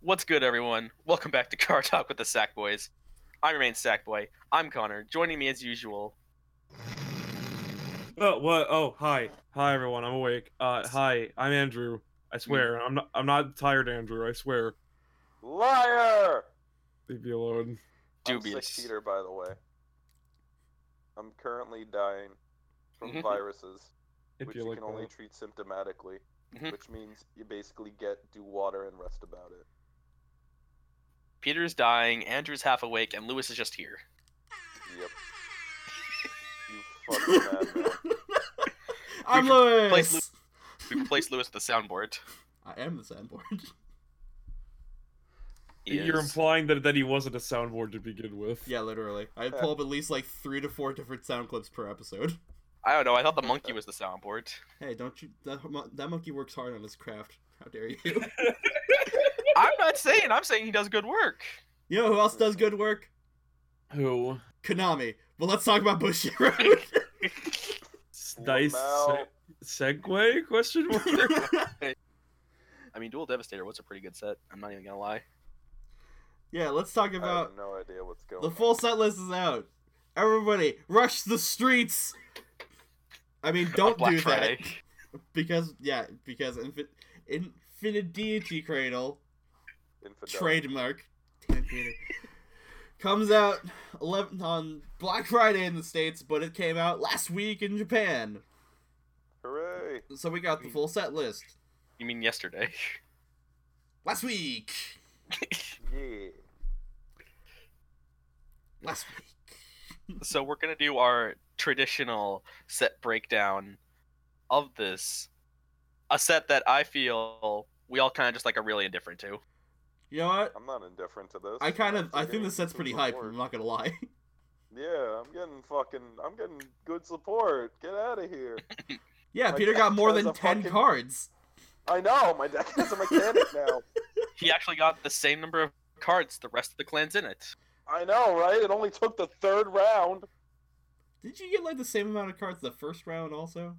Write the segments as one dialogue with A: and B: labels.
A: What's good, everyone? Welcome back to Car Talk with the Sack Boys. I remain Sackboy. I'm Connor. Joining me as usual.
B: Oh what? Oh hi, hi everyone. I'm awake. Uh, hi, I'm Andrew.
C: Hmm.
B: I swear, I'm not. I'm not tired, Andrew. I swear.
C: Liar!
B: Leave me alone.
C: I'm
A: Dubious.
C: sick Peter, by the way. I'm currently dying from
A: Mhm.
C: viruses,
B: If
C: which
B: you
C: you
B: like
C: can only
B: that.
C: treat symptomatically,
A: Mhm.
C: which means you basically get do water and rest about it.
A: Peter's dying, Andrew's half awake, and Lewis is just here.
C: Yep. You fucking madman.
D: I'm
A: We replaced
D: Lewis.
A: We replaced Lewis with the soundboard.
D: I am the soundboard.
A: He
B: You're
A: is-
B: implying that that he wasn't a soundboard to begin with.
D: yeah, literally. I pull up at least like three to four different sound clips per episode.
A: I don't know. I thought the monkey was the soundboard.
D: Hey, don't you? That, mon- that monkey works hard on his craft. How dare you?
A: I'm not saying. I'm saying he does good work.
D: you know who else does good work?
B: Who?
D: Konami. Well, let's talk about Bushiroad.
B: Nice
C: Lamau.
B: se- segue? Question mark.
A: I mean, Dual Devastator was a pretty good set. I'm not even gonna lie.
D: yeah, let's talk
C: I have
D: about
C: no idea what's going
D: the
C: on.
D: full set list is out. Everybody, rush the streets. I mean, don't
A: Black
D: do
A: Friday.
D: that because yeah, because Infin- Infinity Cradle
C: Infidel.
D: trademark. Damn Peter. Comes out 11 on Black Friday in the states, but it came out last week in Japan.
C: Hooray!
D: So we got the full set list
A: You mean yesterday?
D: last week.
C: Yeah.
D: Last week.
A: so we're gonna do our traditional set breakdown of this a set that i feel we all kind of just like are really indifferent to
D: You know what?
C: I'm not indifferent to this.
D: I kind of
C: It's
D: I
C: getting
D: think this set's
C: some
D: pretty hype.
C: support.
D: I'm not gonna lie.
C: Yeah, I'm getting fucking. I'm getting good support. Get out of here.
D: Yeah,
C: Like,
D: Peter got more
C: that's
D: than
C: a
D: ten
C: fucking-
D: cards.
C: I know my deck is a mechanic now.
A: he actually got the same number of cards the rest of the clans in it
C: I know, right? It only took the third round.
D: Did you get like the same amount of cards the first round also?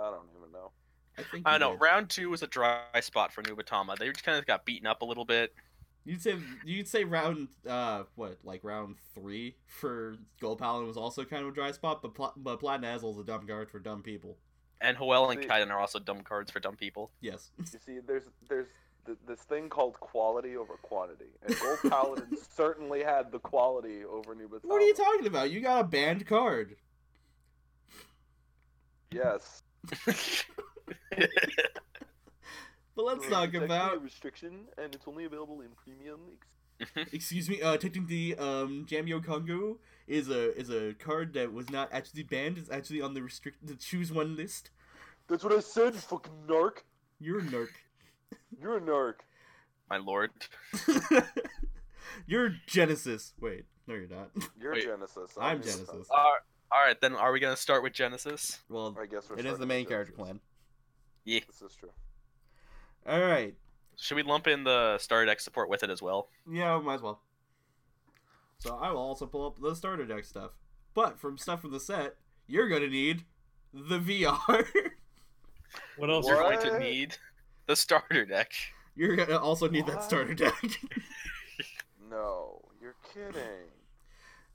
C: I don't even know.
D: I think.
A: i
D: you
A: know
D: did.
A: round two was a dry spot for nubatama they just kind of got beaten up a little bit
D: You'd say you'd say round uh what like round three for Gold Paladin was also kind of a dry spot, but Pla- but Platinum Azul is a dumb card for dumb people.
A: and hoel and
C: See-
A: kaiden are also dumb cards for dumb people
D: Yes.
C: You see, there's there's th- this thing called quality over quantity, and Gold Paladin certainly had the quality over Nubatama.
D: What are you talking about? You got a banned card.
C: Yes.
D: But let's
C: It's
D: talk
C: actually a
D: about.
C: restriction, and it's only available in premium. ex-
D: Excuse me. Uh, technically, um, Jamio Kongo is a is a card that was not actually banned. It's actually on the restrict the choose one list.
C: That's what I said. you Fucking narc.
D: You're a nerk.
C: You're a narc.
A: my lord
D: You're Genesis. Wait, no, you're not.
C: You're
A: Wait.
C: Genesis.
D: I'm
C: just-
D: Genesis.
A: uh, all right then are we gonna start with genesis
D: Well,
C: I guess we're
D: it is the
C: starting
D: main
C: with
D: character
C: Genesis.
D: plan.
C: This is true.
D: All right.
A: should we lump in the starter deck support with it as well
D: Yeah, might as well. So I will also pull up the starter deck stuff. But from stuff from the set, you're gonna need the VR.
B: What else?
A: you're going to
C: What?
A: need the starter deck
D: you're gonna also need that
C: What?
D: starter deck.
C: No, you're kidding.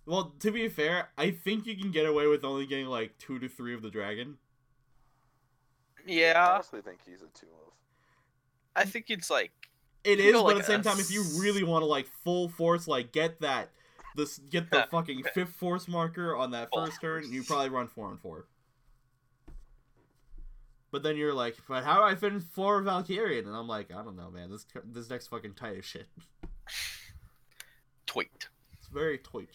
D: well, to be fair, I think you can get away with only getting like two to three of the dragon.
C: I
A: yeah
C: honestly think he's a two of.
A: i think it's like
D: It
A: You
D: is,
A: know,
D: but
A: like
D: at the same
A: a
D: time, if you
A: s-
D: really want to like full force, like get that, this get the
A: Yeah.
D: fucking fifth force marker on that
A: Full
D: first turn, you
A: force.
D: probably run four and four. But then you're like, but how do I fit in four Valkyrian? And I'm like, I don't know, man. This this deck's fucking tight as shit.
A: tweet
D: It's very tight.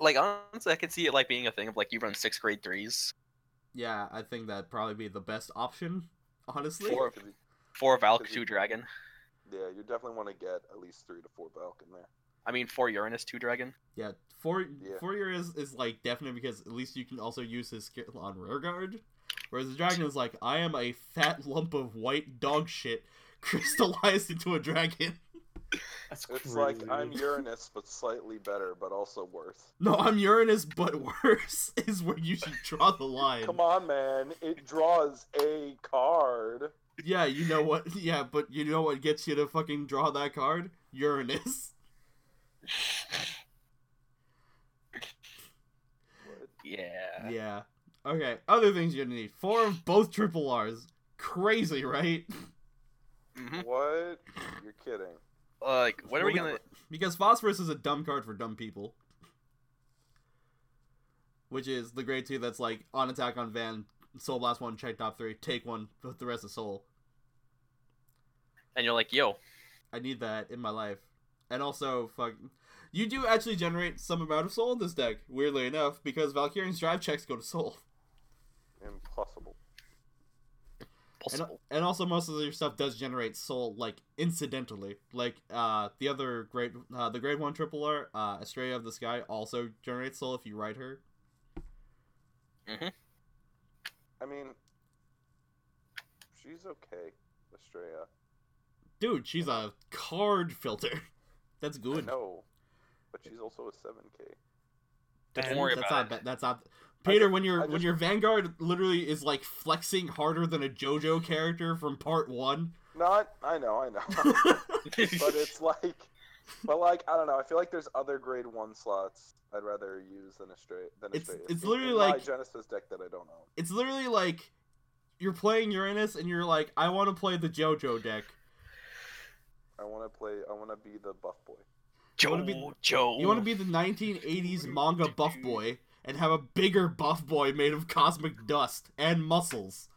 A: like honestly, I could see it like being a thing of like you run six grade threes,
D: Yeah, I think that'd probably be the best option, honestly.
A: Four.
C: Because he-
A: four Valk,
C: Could be.
A: two Dragon.
C: Yeah, you definitely want to get at least three to four Belk in there.
A: I mean, four Uranus, two Dragon.
D: Yeah, four
C: Yeah.
D: four year is is like definite because at least you can also use his skill on rear guard. Whereas the dragon is like, I am a fat lump of white dog shit crystallized into a dragon.
B: That's
C: It's
B: crazy.
C: like I'm Uranus, but slightly better, but also worse.
D: No, I'm Uranus, but worse is where you should draw the line.
C: Come on, man. It draws a card.
D: Yeah, you know what? Yeah, but you know what gets you to fucking draw that card? Uranus.
C: What?
A: Yeah.
D: Yeah. Okay. Other things you're gonna need: four of both triple R's. Crazy, right?
A: Mhm.
C: What? You're kidding.
A: Like, what are we
D: Well,
A: gonna?
D: Because phosphorus is a dumb card for dumb people. Which is the grade two that's like on attack on Van, Soul Blast one, check top three, take one, put the rest of Soul.
A: And you're like, yo,
D: I need that in my life. And also, fuck, you do actually generate some amount of Soul in this deck. Weirdly enough, because Valkyrian's drive checks go to Soul.
C: Impossible.
D: And,
A: possible.
D: and also most of your stuff does generate soul like incidentally like uh the other grade uh, the grade one triple r uh Estrella of the Sky also generates soul if you ride her
C: I mean, she's okay, Estrella.
D: dude she's a card filter that's good
C: No, but she's also a seven K.
A: Don't worry
D: that's
A: about
D: not
A: it.
D: ba- that's not
C: I
D: Peter
C: ju-
D: when your
C: I
D: when
C: just-
D: your Vanguard literally is like flexing harder than a JoJo character from part one
C: Not. I know. I know.
D: uh,
C: but it's like, but like I don't know. I feel like there's other grade one slots I'd rather use than a straight than a
D: It's-
C: straight.
D: it's literally
C: in my
D: like-
C: Genesis deck that I don't own.
D: it's literally like you're playing Uranus and you're like I want to play the JoJo deck
C: I want to play. I want to be the buff boy.
A: Joe,
D: wanna be-
A: Joe.
D: You want to
A: Oh,
D: be the 1980s manga buff boy and have a bigger buff boy made of cosmic dust and muscles.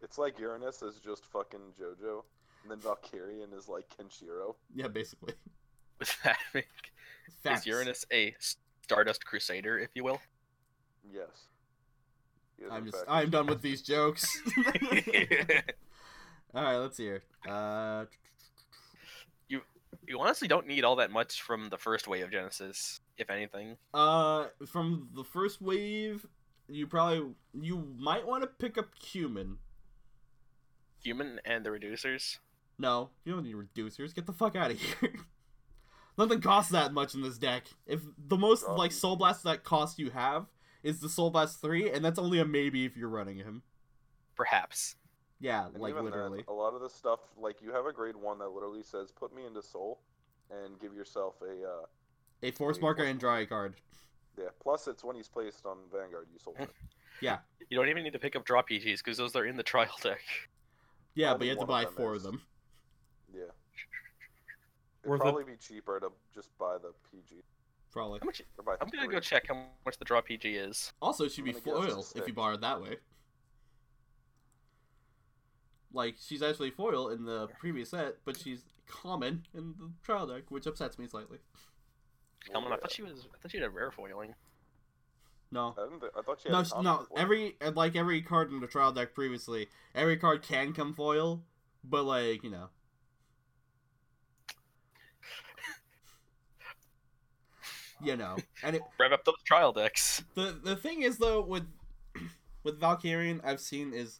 C: It's like Uranus is just fucking JoJo, and then Valkyrian is like Kenshiro.
D: Yeah, basically.
A: be?
D: Facts.
A: Is Uranus a Stardust Crusader, if you will?
C: Yes. He is,
D: I'm
C: in
D: just.
C: fact-
D: I'm done with these jokes. All right, let's hear. Uh,
A: you honestly don't need all that much from the first wave of Genesis, if anything.
D: uh, from the first wave, you probably you might want to pick up Cumin.
A: Human and the Reducers.
D: No, you don't need reducers. Get the fuck out of here. Nothing costs that much in this deck. If the most
C: Oh.
D: like soul blast that cost you have is the soul blast three, and that's only a maybe if you're running him.
A: Perhaps.
D: Yeah,
C: and
D: like
C: even then, oh,
D: literally.
C: a lot of the stuff like you have a grade one that literally says "Put me into soul," and give yourself a uh,
D: A force
C: Three,
D: marker
C: four.
D: and draw a card.
C: yeah. Plus, it's when he's placed on Vanguard, you sold. it.
A: You don't even need to pick up draw PGs because those are in the trial deck.
D: Yeah,
C: Only
D: but you have to
C: one
D: buy
C: of them
D: four
C: is.
D: of them.
C: Yeah. It'd
B: Worth it.
C: probably be cheaper to just buy the PG
D: Probably.
A: How much?
C: or buy
A: I'm gonna
C: three.
A: go check how much the draw PG is.
D: Also, it should
C: I'm
D: be
C: gonna guess
D: foil
C: it's
D: if you
C: six.
D: borrow it that way. Like she's actually foil in the previous set, but she's common in the trial deck, which upsets me slightly.
A: Come on, I
C: Yeah.
A: thought she was. I thought she had rare foiling.
D: No,
C: I, didn't thi- I thought Uh, she had
D: no,
C: a
D: sh-
C: common
D: no.
C: before.
D: Every and, like every card in the trial deck previously, every card can come foil, but like you know, you know, and it,
A: Rev up those trial decks.
D: the the thing is though with with Valkyrian I've seen is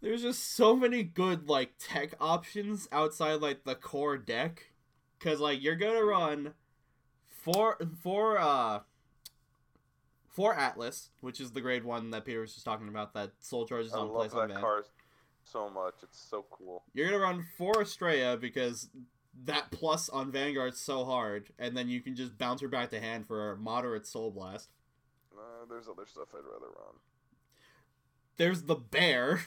D: there's just so many good like tech options outside like the core deck cuz like you're going to run four four uh four Atlas, which is the grade 1 that Peter was just talking about that soul charges
C: I
D: on
C: love
D: place on
C: that
D: Van.
C: car so much. It's so cool.
D: You're gonna run four Estrella because that plus on Vanguard's so hard, and then you can just bounce her back to hand for a moderate Soul Blast.
C: Uh, there's other stuff I'd rather run.
D: there's the bear,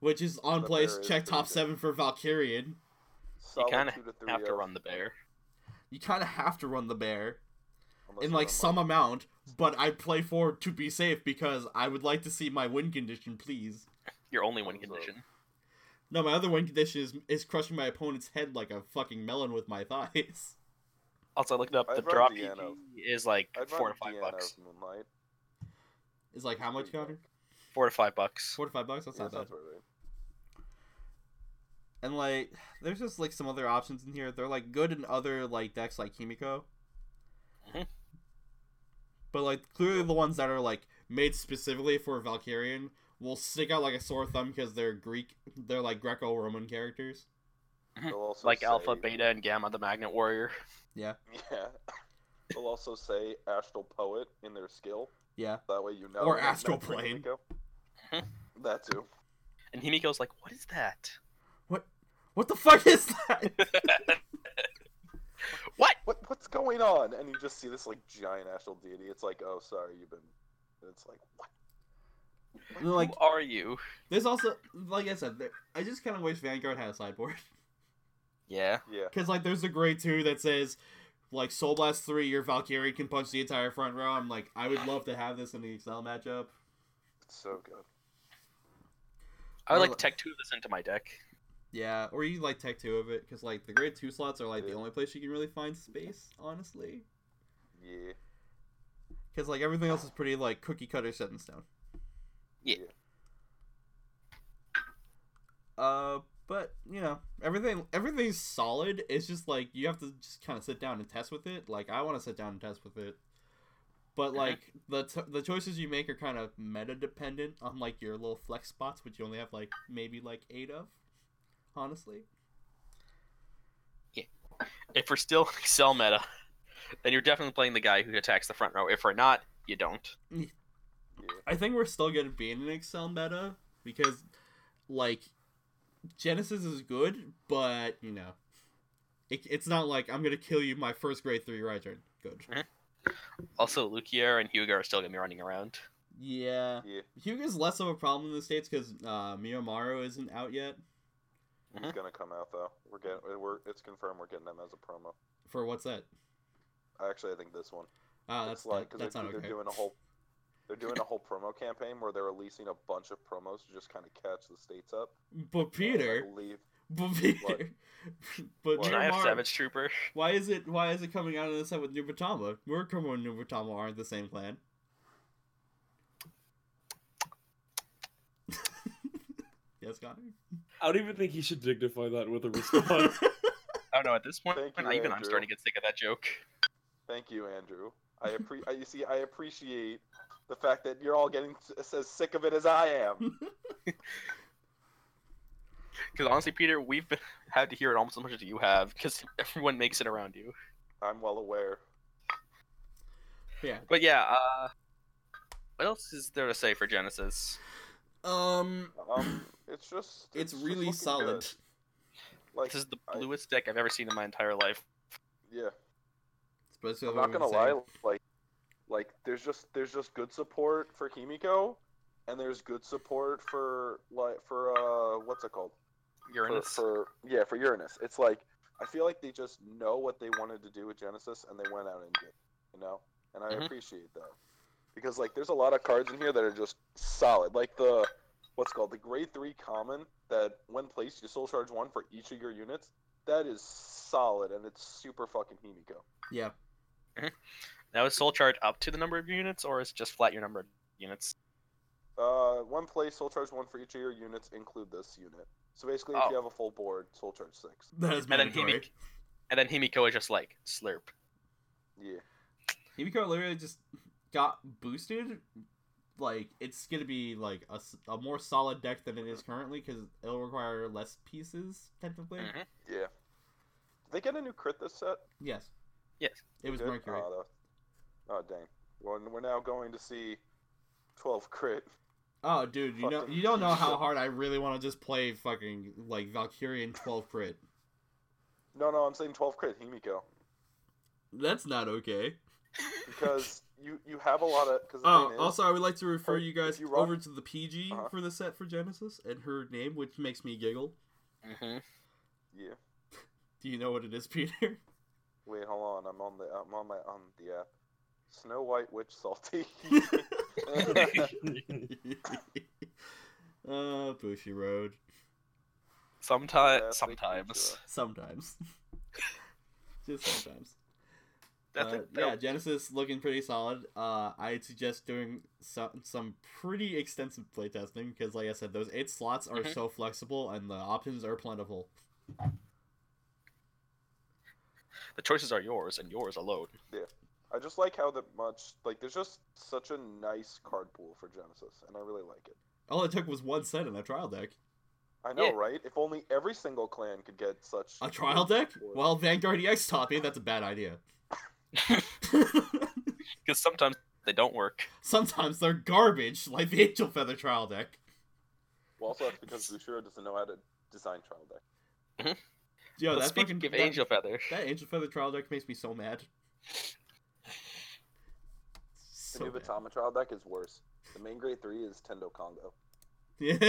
D: which is on
C: The
D: place
C: bear is
D: check
C: pretty
D: top
C: good.
D: seven for Valkyrian.
C: Solid
A: kinda
C: two to three
A: Have to
C: of,
A: run the bear.
D: You kind of have to run the bear
C: unless
D: in
C: you
D: like
C: run,
D: some amount, but I play four to be safe because I would like to see my win condition, please.
A: Your only win
C: Thumbs up.
A: condition.
D: No, my other win condition is is crushing my opponent's head like a fucking melon with my thighs.
A: Also, I looked it up.
C: I'd
A: The
C: run
A: draw PG
C: Deanna.
A: is like
C: I'd
A: four
C: run
A: to five
C: Deanna
A: bucks.
C: of Moonlight.
D: It's like how much, Connor?
A: Four to five bucks.
D: Four to five bucks. That's
C: Yeah,
D: not bad.
C: sounds about right.
D: And like, there's just like some other options in here. They're like good in other like decks like Kimiko.
A: Mhm.
D: But like clearly the ones that are like made specifically for Valkyrian will stick out like a sore thumb because they're Greek, they're like Greco-Roman characters.
C: They'll also
A: Hmm. Like
C: say,
A: Alpha, Beta, and Gamma, the Magnet Warrior.
C: Yeah. They'll also say Astral Poet in their skill.
D: Yeah.
C: That way you know.
D: Or
C: that that's
D: Astral
C: where they
D: Plane.
C: go.
A: Hmm.
C: That too.
A: And Himiko's like, what is that?
D: What the fuck is that?
A: What?
C: What what's going on? And you just see this like giant astral deity. It's like, oh, sorry, you've been. and It's like what?
D: And they're like,
A: Who are you?
D: there's also, like I said, there, I just kind of wish Vanguard had a sideboard.
A: Yeah.
C: Yeah.
D: Because, like, there's a grade 2 that says, like, Soul Blast 3, your Valkyrie can punch the entire front row. I'm like, I would love to have this in the Excel matchup.
C: It's so good.
A: I would
D: Well,
A: like to tech two of this into my deck.
D: Yeah, or you like tech two of it, because like the grade two slots are like the
C: Yeah.
D: only place you can really find space, honestly.
C: Yeah.
D: Because like everything else is pretty like cookie cutter set in stone.
A: Yeah.
D: Uh, but you know everything everything's solid. It's just like you have to just kind of sit down and test with it. Like I want to sit down and test with it, but
A: Mhm.
D: like the t- the choices you make are kind of meta dependent on like your little flex spots, which you only have like maybe like eight of. Honestly,
A: If we're still in Excel meta, then you're definitely playing the guy who attacks the front row. If we're not, you don't.
D: I think we're still gonna be in an Excel meta because, like, Genesis is good, but you know, it, it's not like I'm gonna kill you my first grade three Rydrin. Good.
A: Also, Lukier and Hugo are still gonna be running around.
D: Yeah,
C: Yeah.
D: Hugo's less of a problem in the states because uh, Miyomaru isn't out yet
C: It's
D: Mm-hmm.
C: gonna come out though. We're getting. We're. It's confirmed. We're getting them as a promo.
D: for what's that?
C: Actually, I think this one.
D: Uh, that's
C: it's like
D: that,
C: because
D: that's
C: they're,
D: not
C: they're
D: okay.
C: doing a whole. They're doing a whole promo campaign where they're releasing a bunch of promos to just kind of catch the states up.
D: But
C: And I
D: Peter,
C: believe
D: but Peter, but
C: What?
A: Can I have
D: Miyomaru-
A: Savage Trooper?
D: Why is it? Why is it coming out of the set with Nubatama? Murakumo and Nubatama aren't the same clan. yes, Connor.
B: I don't even think he should dignify that with a response.
A: I don't know. At this point,
C: Thank you,
A: even I'm
C: Andrew.
A: starting to get sick of that joke.
C: Thank you, Andrew. I appre- I- you see, I appreciate the fact that you're all getting s- as sick of it as I am.
A: Because honestly, Peter, we've been, had to hear it almost as much as you have. Because everyone makes it around you.
C: I'm well aware.
D: yeah.
A: But yeah. uh... What else is there to say for Genesis?
D: Um,
C: Um, it's just
D: it's
C: just
D: really
C: looking
D: solid.
C: good. Like,
A: This is the
C: I-
A: bluest deck I've ever seen in my entire life.
C: yeah,
D: Especially
C: I'm
D: when
C: not gonna
D: we say-
C: lie. Like, like there's just there's just good support for Himiko, and there's good support for like for uh what's it called for,
A: Uranus.
C: for yeah for Uranus. It's like I feel like they just know what they wanted to do with Genesis and they went out and did, it, you know. And I
A: Mhm.
C: appreciate that because like there's a lot of cards in here that are just solid, like the what's called the grade three common that when placed you soul charge one for each of your units. That is solid and it's super fucking Himiko.
D: Yeah.
A: Now is soul charge up to the number of units, or is it just flat your number of units?
C: Uh, one place, soul charge one for each of your units. Include this unit. So basically, if
A: Oh.
C: you have a full board, soul charge six.
D: That is
A: And then
D: mandatory.
A: Himiko, and then Himiko is just like slurp.
C: Yeah,
D: Himiko literally just got boosted. Like it's gonna be like a, s- a more solid deck than it is currently because it'll require less pieces technically.
A: Mhm.
C: yeah. Did they get a new crit this set?
D: Yes,
A: Yes.
D: it was
C: Good?
D: Mercury.
C: Oh, that- oh, dang. Well, we're now going to see 12 crit.
D: Oh, dude, you know
C: Fucking
D: you don't know how
C: shit.
D: hard I really want to just play fucking like Valkyrian twelve crit.
C: No, no, I'm saying 12 crit Himiko
D: That's not okay.
C: because you you have a lot of because
D: Oh, also I would like to refer
C: Oh,
D: you guys
C: if you rock-
D: over to the PG
C: Uh-huh.
D: for the set for Genesis and her name, which makes me giggle.
A: Mm-hmm.
C: yeah.
D: Do you know what it is, Peter?
C: Wait, hold on. I'm on the I'm on my on the app. Snow White Witch Salty.
D: uh, Bushy Road.
A: Sometimes,
C: Classic
A: sometimes.
C: Ichiro.
D: Sometimes. Just sometimes.
A: That's
D: Uh,
A: like-
D: yeah, Genesis looking pretty solid. Uh, I'd suggest doing some some pretty extensive playtesting because, like I said, those eight slots are
A: Mhm.
D: so flexible and the options are plentiful.
A: The choices are yours and yours alone.
C: I just like how that much like there's just such a nice card pool for Genesis, and I really like it.
D: All it took was one set in a trial deck.
C: I know,
A: Yeah.
C: right? If only every single clan could get such
D: A trial deck?
C: support.
D: Well, Vanguard EX taught me that's a bad idea.
A: Because sometimes they don't work.
D: Sometimes they're garbage, like the Angel Feather trial deck.
C: Well, also that's because Bushiro doesn't know how to design trial deck.
D: Yo,
A: But
D: that
A: speaking
D: fucking
A: of
D: that-
A: Angel Feather,
D: That angel feather trial deck makes me so mad.
C: The
D: So
C: new
D: mad.
C: Batama trial deck is worse. The main grade three is Tendo Congo.
D: Yeah.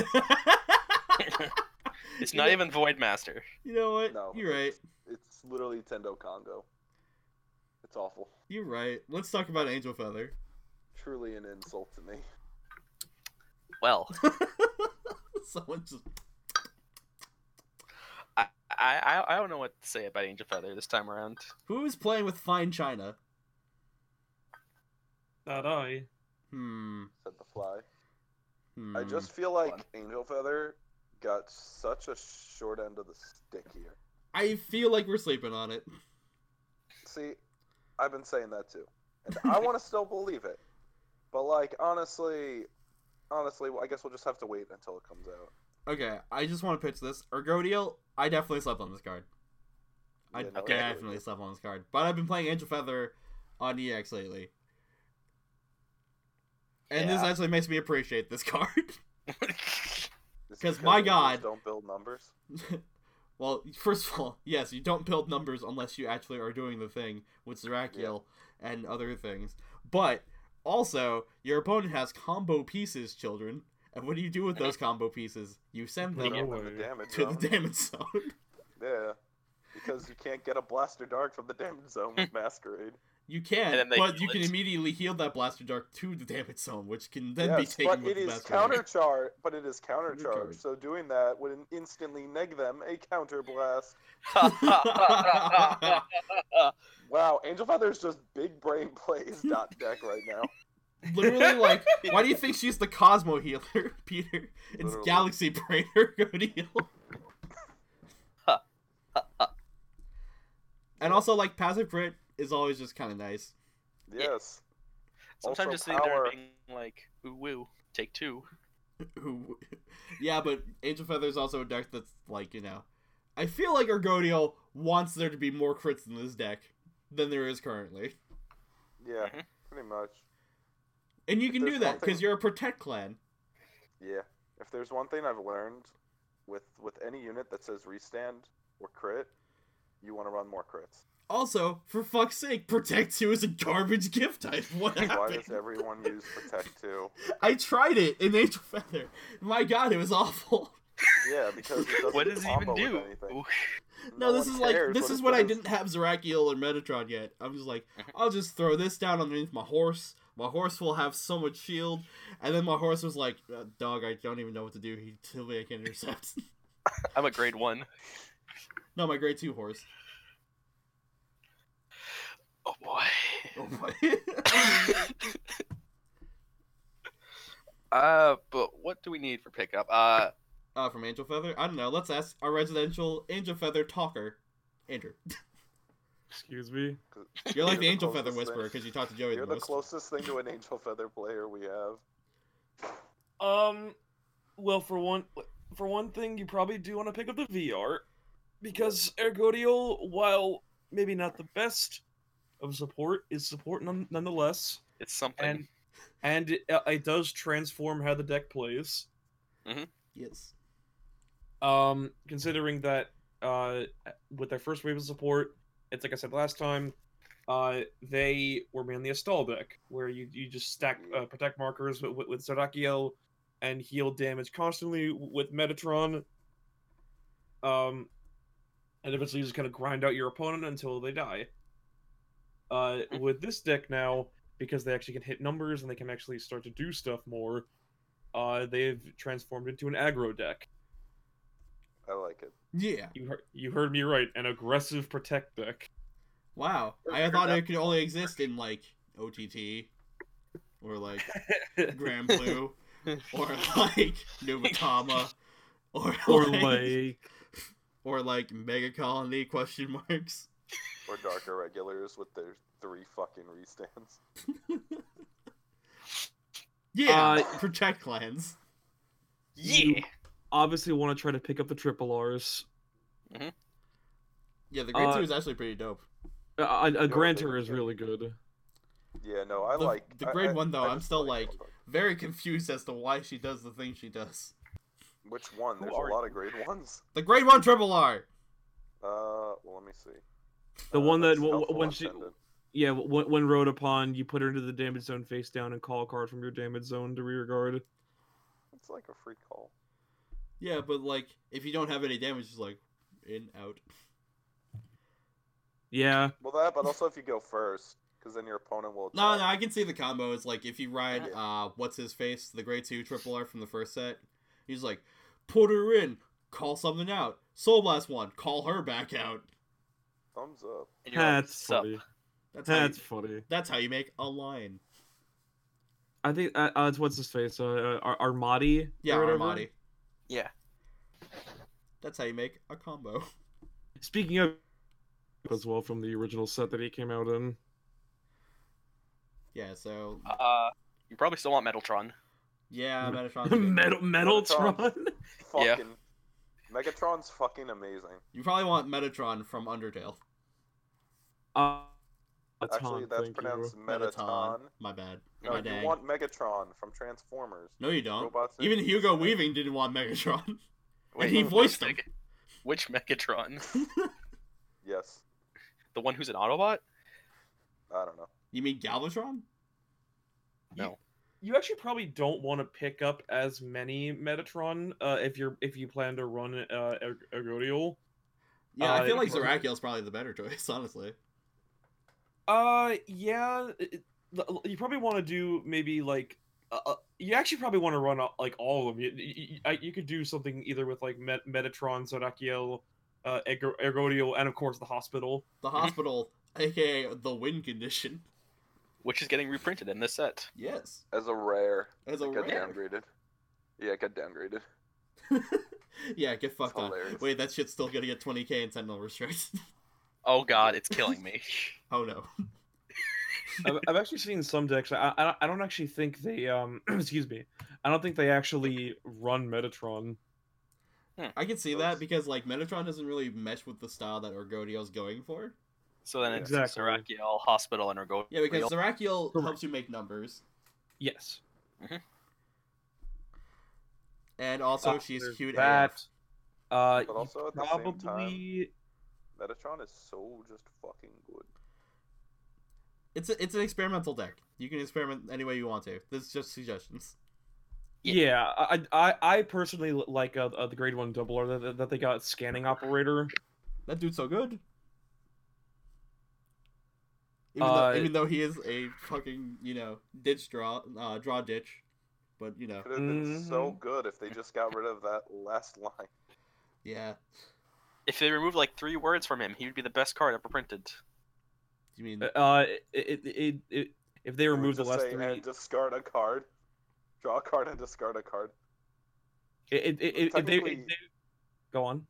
A: it's
D: You
A: not
D: know-
A: even Void Master.
D: You know what?
C: No,
D: You're right.
C: it's- It's literally Tendo Congo. It's awful.
D: You're right. Let's talk about angel feather.
C: Truly an insult to me.
A: Well,
D: Someone just
A: I, I I don't know what to say about Angel Feather this time around.
D: who is playing with fine china?
E: Not I.
D: Hmm.
C: Said the fly.
D: hmm.
C: I just feel like Angel Feather got such a short end of the stick here.
D: I feel like we're sleeping on it.
C: See, I've been saying that too, and I want to still believe it, but like honestly, honestly, I guess we'll just have to wait until it comes out.
D: Okay, I just want to pitch this. Ergodial, I definitely slept on this card. I
C: Yeah, no,
A: Okay.
D: definitely slept on this card. But I've been playing Angel Feather on EX lately. And this
A: Yeah.
D: actually makes me appreciate this card.
C: Is it
D: 'Cause my
C: you just
D: God.
C: don't build numbers.
D: well, first of all, yes, you don't build numbers unless you actually are doing the thing with Zerakiel and other things. But also, your opponent has combo pieces, children. And what do you do with those combo pieces? You send
E: No
D: them
C: From the
E: way.
C: damage
D: to the
C: zone.
D: damage zone.
C: yeah, because you can't get a blaster dart from the damage zone with Masquerade.
D: You can,
A: And then they
D: but
A: heal
D: you can
A: it.
D: immediately heal that blaster dark to the damage zone, which can then be
C: yes,
D: taken
C: but
D: with
C: it
D: the
C: is
D: master
C: counter
D: Blade.
C: charge. But it is counter charge.
D: Countercharge.
C: So doing that would instantly neg them a counter blast. Wow, Angel Feather is just big brain plays dot deck right now.
D: Literally, like, why do you think she's the Cosmo healer, Peter? It's
C: Literally.
D: Galaxy Brainer go to heal. and also, like, passive crit is always just kind of nice.
C: Yes.
A: Sometimes
C: Also
A: just sitting there
C: power.
A: and being like, ooh woo, take two.
D: Who- yeah, but Angel Feather is also a deck that's like you know, I feel like Ergodial wants there to be more crits in this deck than there is currently,
C: Yeah,
A: Mhm.
C: pretty much.
D: and you
C: If
D: can do
C: there's
D: that
C: one thing-
D: because you're a Protect clan.
C: Yeah. If there's one thing I've learned with with any unit that says restand or crit, you want to run more crits.
D: Also, for fuck's sake, Protect Two is a garbage gift type. What
C: Why
D: happened?
C: does everyone use protect two?
D: I tried it in Angel Feather. My God, it was awful.
C: Yeah, because it doesn't
A: What does it
C: combo
A: even
C: with
A: do?
C: anything.
A: Ooh,
D: No, this
C: one
D: is like
C: cares
D: this
C: what
D: is
C: it
D: when I
C: does.
D: didn't have Zerakiel or Metatron yet. I'm just like, I'll just throw this down underneath my horse. My horse will have so much shield, and then my horse was like, uh, "Dog, I don't even know what to do. He told me I can intercept."
A: I'm a grade one.
D: no, my grade two horse.
A: Oh boy.
D: Oh boy.
A: uh, but what do we need for pickup? Uh,
D: uh, from Angel Feather. I don't know. Let's ask our residential Angel Feather talker, Andrew.
E: Excuse me.
D: You're like
C: You're
D: the
C: the
D: Angel Feather
C: closest
D: whisperer
C: thing.
D: because you talk to Joey
C: You're
D: the
C: the
D: most.
C: closest thing to an Angel Feather player we have.
E: Um, well, for one, for one thing, you probably do want to pick up the VR, because Ergodial, while maybe not the best of support, is support none, nonetheless,
A: it's something.
E: and and it, uh, it does transform how the deck plays.
D: yes.
E: Um, considering that, uh, with their first wave of support, it's like I said last time, uh, they were mainly a stall deck where you, you just stack uh, protect markers with, with, with Serakiel and heal damage constantly with Metatron. Um, and eventually just kind of grind out your opponent until they die. Uh, with this deck now, because they actually can hit numbers and they can actually start to do stuff more, uh, they've transformed into an aggro deck.
C: I like it.
D: Yeah.
E: You heard, you heard me right. An aggressive protect deck.
D: Wow. I thought it could only exist in like OTT or like Grand Blue or like Numatama or
E: or
D: like,
E: like,
D: or like Mega Colony question marks.
C: Or dark irregulars with their three fucking restands.
D: Yeah,
E: Uh,
D: protect clans.
A: yeah.
E: obviously want to try to pick up the triple R's.
D: Yeah, the grade
E: uh,
D: two is actually pretty dope.
E: A, a, a
C: they
E: grantor
C: were
E: is
C: good.
E: really
D: Uh,
E: good.
C: Yeah, no, I
D: The-
C: like
D: the
C: I-
D: grade
C: I-
D: one, though,
C: I
D: I'm
C: just
D: still like-
C: Angel Feather.
D: Very confused as to why she does the thing she does.
C: Which one?
E: Who
C: There's
E: are
C: a lot of grade ones.
D: The grade one triple R.
C: Uh, well, let me see. Uh,
E: The
C: one
E: one that w- w- when she- Yeah, when, when rode upon, you put her into the damage zone face down and call a card from your damage zone to rear guard.
C: It's like a free call.
D: Yeah, but like if you don't have any damage, it's like in out.
E: Yeah,
C: Well, that, but also if you go first, because then your opponent will.
D: No,
C: attack.
D: no, I can see the combo. It's like if you ride uh what's his face, the grade two triple R from the first set, he's like, put her in, call something out, soul blast one, call her back out.
C: Thumbs up.
A: And you're like,
E: that's
A: "Sup?"
E: funny.
D: That's how
E: That's
D: you,
E: funny.
D: that's how you make a line.
E: I think uh, uh, it's what's his face, uh, uh, Ar- Armadi.
D: Yeah,
E: or whatever?
D: Armadi.
A: Yeah.
D: That's how you make a combo.
E: Speaking of, as well from the original set that he came out in.
D: Yeah, so
A: Uh, you probably still want Metaltron.
D: yeah, Metatron's a good
E: Metal
D: one.
E: Metaltron.
C: Fucking.
A: Yeah.
C: Megatron's fucking amazing.
D: You probably want Metatron from Undertale.
E: Uh,
C: Actually,
E: Metatron,
C: that's
E: thank you.
C: pronounced Metatron.
D: Metatron. My bad.
C: No,
D: My
C: you
D: dang.
C: want Megatron from Transformers.
D: No, you don't.
C: Robots.
D: Even
C: and-
D: Hugo Weaving didn't want Megatron.
A: Wait,
D: he
A: which
D: voiced him.
A: Meg- Which Megatron?
C: Yes.
A: The one who's an Autobot?
C: I don't know.
D: You mean Galvatron?
A: No.
E: you actually probably don't want to pick up as many Metatron uh, if you're if you plan to run uh, Ag- Agrodial.
D: Yeah, I
E: Uh,
D: feel like
E: for-
D: Zerakiel's probably the better choice, honestly.
E: Uh, yeah, it- l- you probably want to do maybe like. Uh, uh, you actually probably want to run uh, like all of them. You, you, you- I- you could do something either with like Met- Metatron, Zodakiel, uh, Agro- Agrodial, and of course the hospital.
D: The hospital, aka the win condition.
A: Which is getting reprinted in this set.
D: Yes,
C: As a rare.
D: as a
C: it got
D: rare.
C: downgraded. Yeah, it got downgraded.
D: yeah, get fucked on.
C: hilarious.
D: Wait, that shit's still gonna get 20k in Sentinel Restrict.
A: Oh god, it's killing me.
D: oh no.
E: I've, I've actually seen some decks. I, I I don't actually think they um excuse me. I don't think they actually run Metatron.
D: I can see that
C: Oops.
D: because like Metatron doesn't really mesh with the style that Orgodio's going for.
A: So then it's
E: Exactly.
A: exactly. Serakiel, Hospital, and Ergo.
D: Yeah, because Zerakiel
E: Correct.
D: helps you make numbers,
E: Yes,
D: and also
E: Uh,
D: she's
E: there's
D: cute. AF.
E: that. Uh,
C: But
E: you
C: also at the same time-
E: probably
C: Metatron is so just fucking good.
D: It's a, it's an experimental deck. You can experiment any way you want to. This is just suggestions.
A: Yeah.
E: Yeah, I I, I personally li- like uh, uh, the grade one double or that, that they got scanning operator.
D: Mm-hmm. That dude's so good. Even,
E: Uh,
D: though, even though he is a fucking you know ditch draw uh, draw ditch, but you know
C: Could have been
D: Mm-hmm.
C: so
E: Mhm.
C: good if they just got rid of that last line.
D: yeah.
A: If they removed like three words from him, he would be the best card ever printed.
D: You mean
E: Uh, it, it, it, it if they
C: It would
E: remove the
C: just
E: last
C: say,
E: three,
C: and
E: it,
C: discard a card. Draw a card and discard a card.
E: it, it, it, if they,
C: technically-
E: if they go on.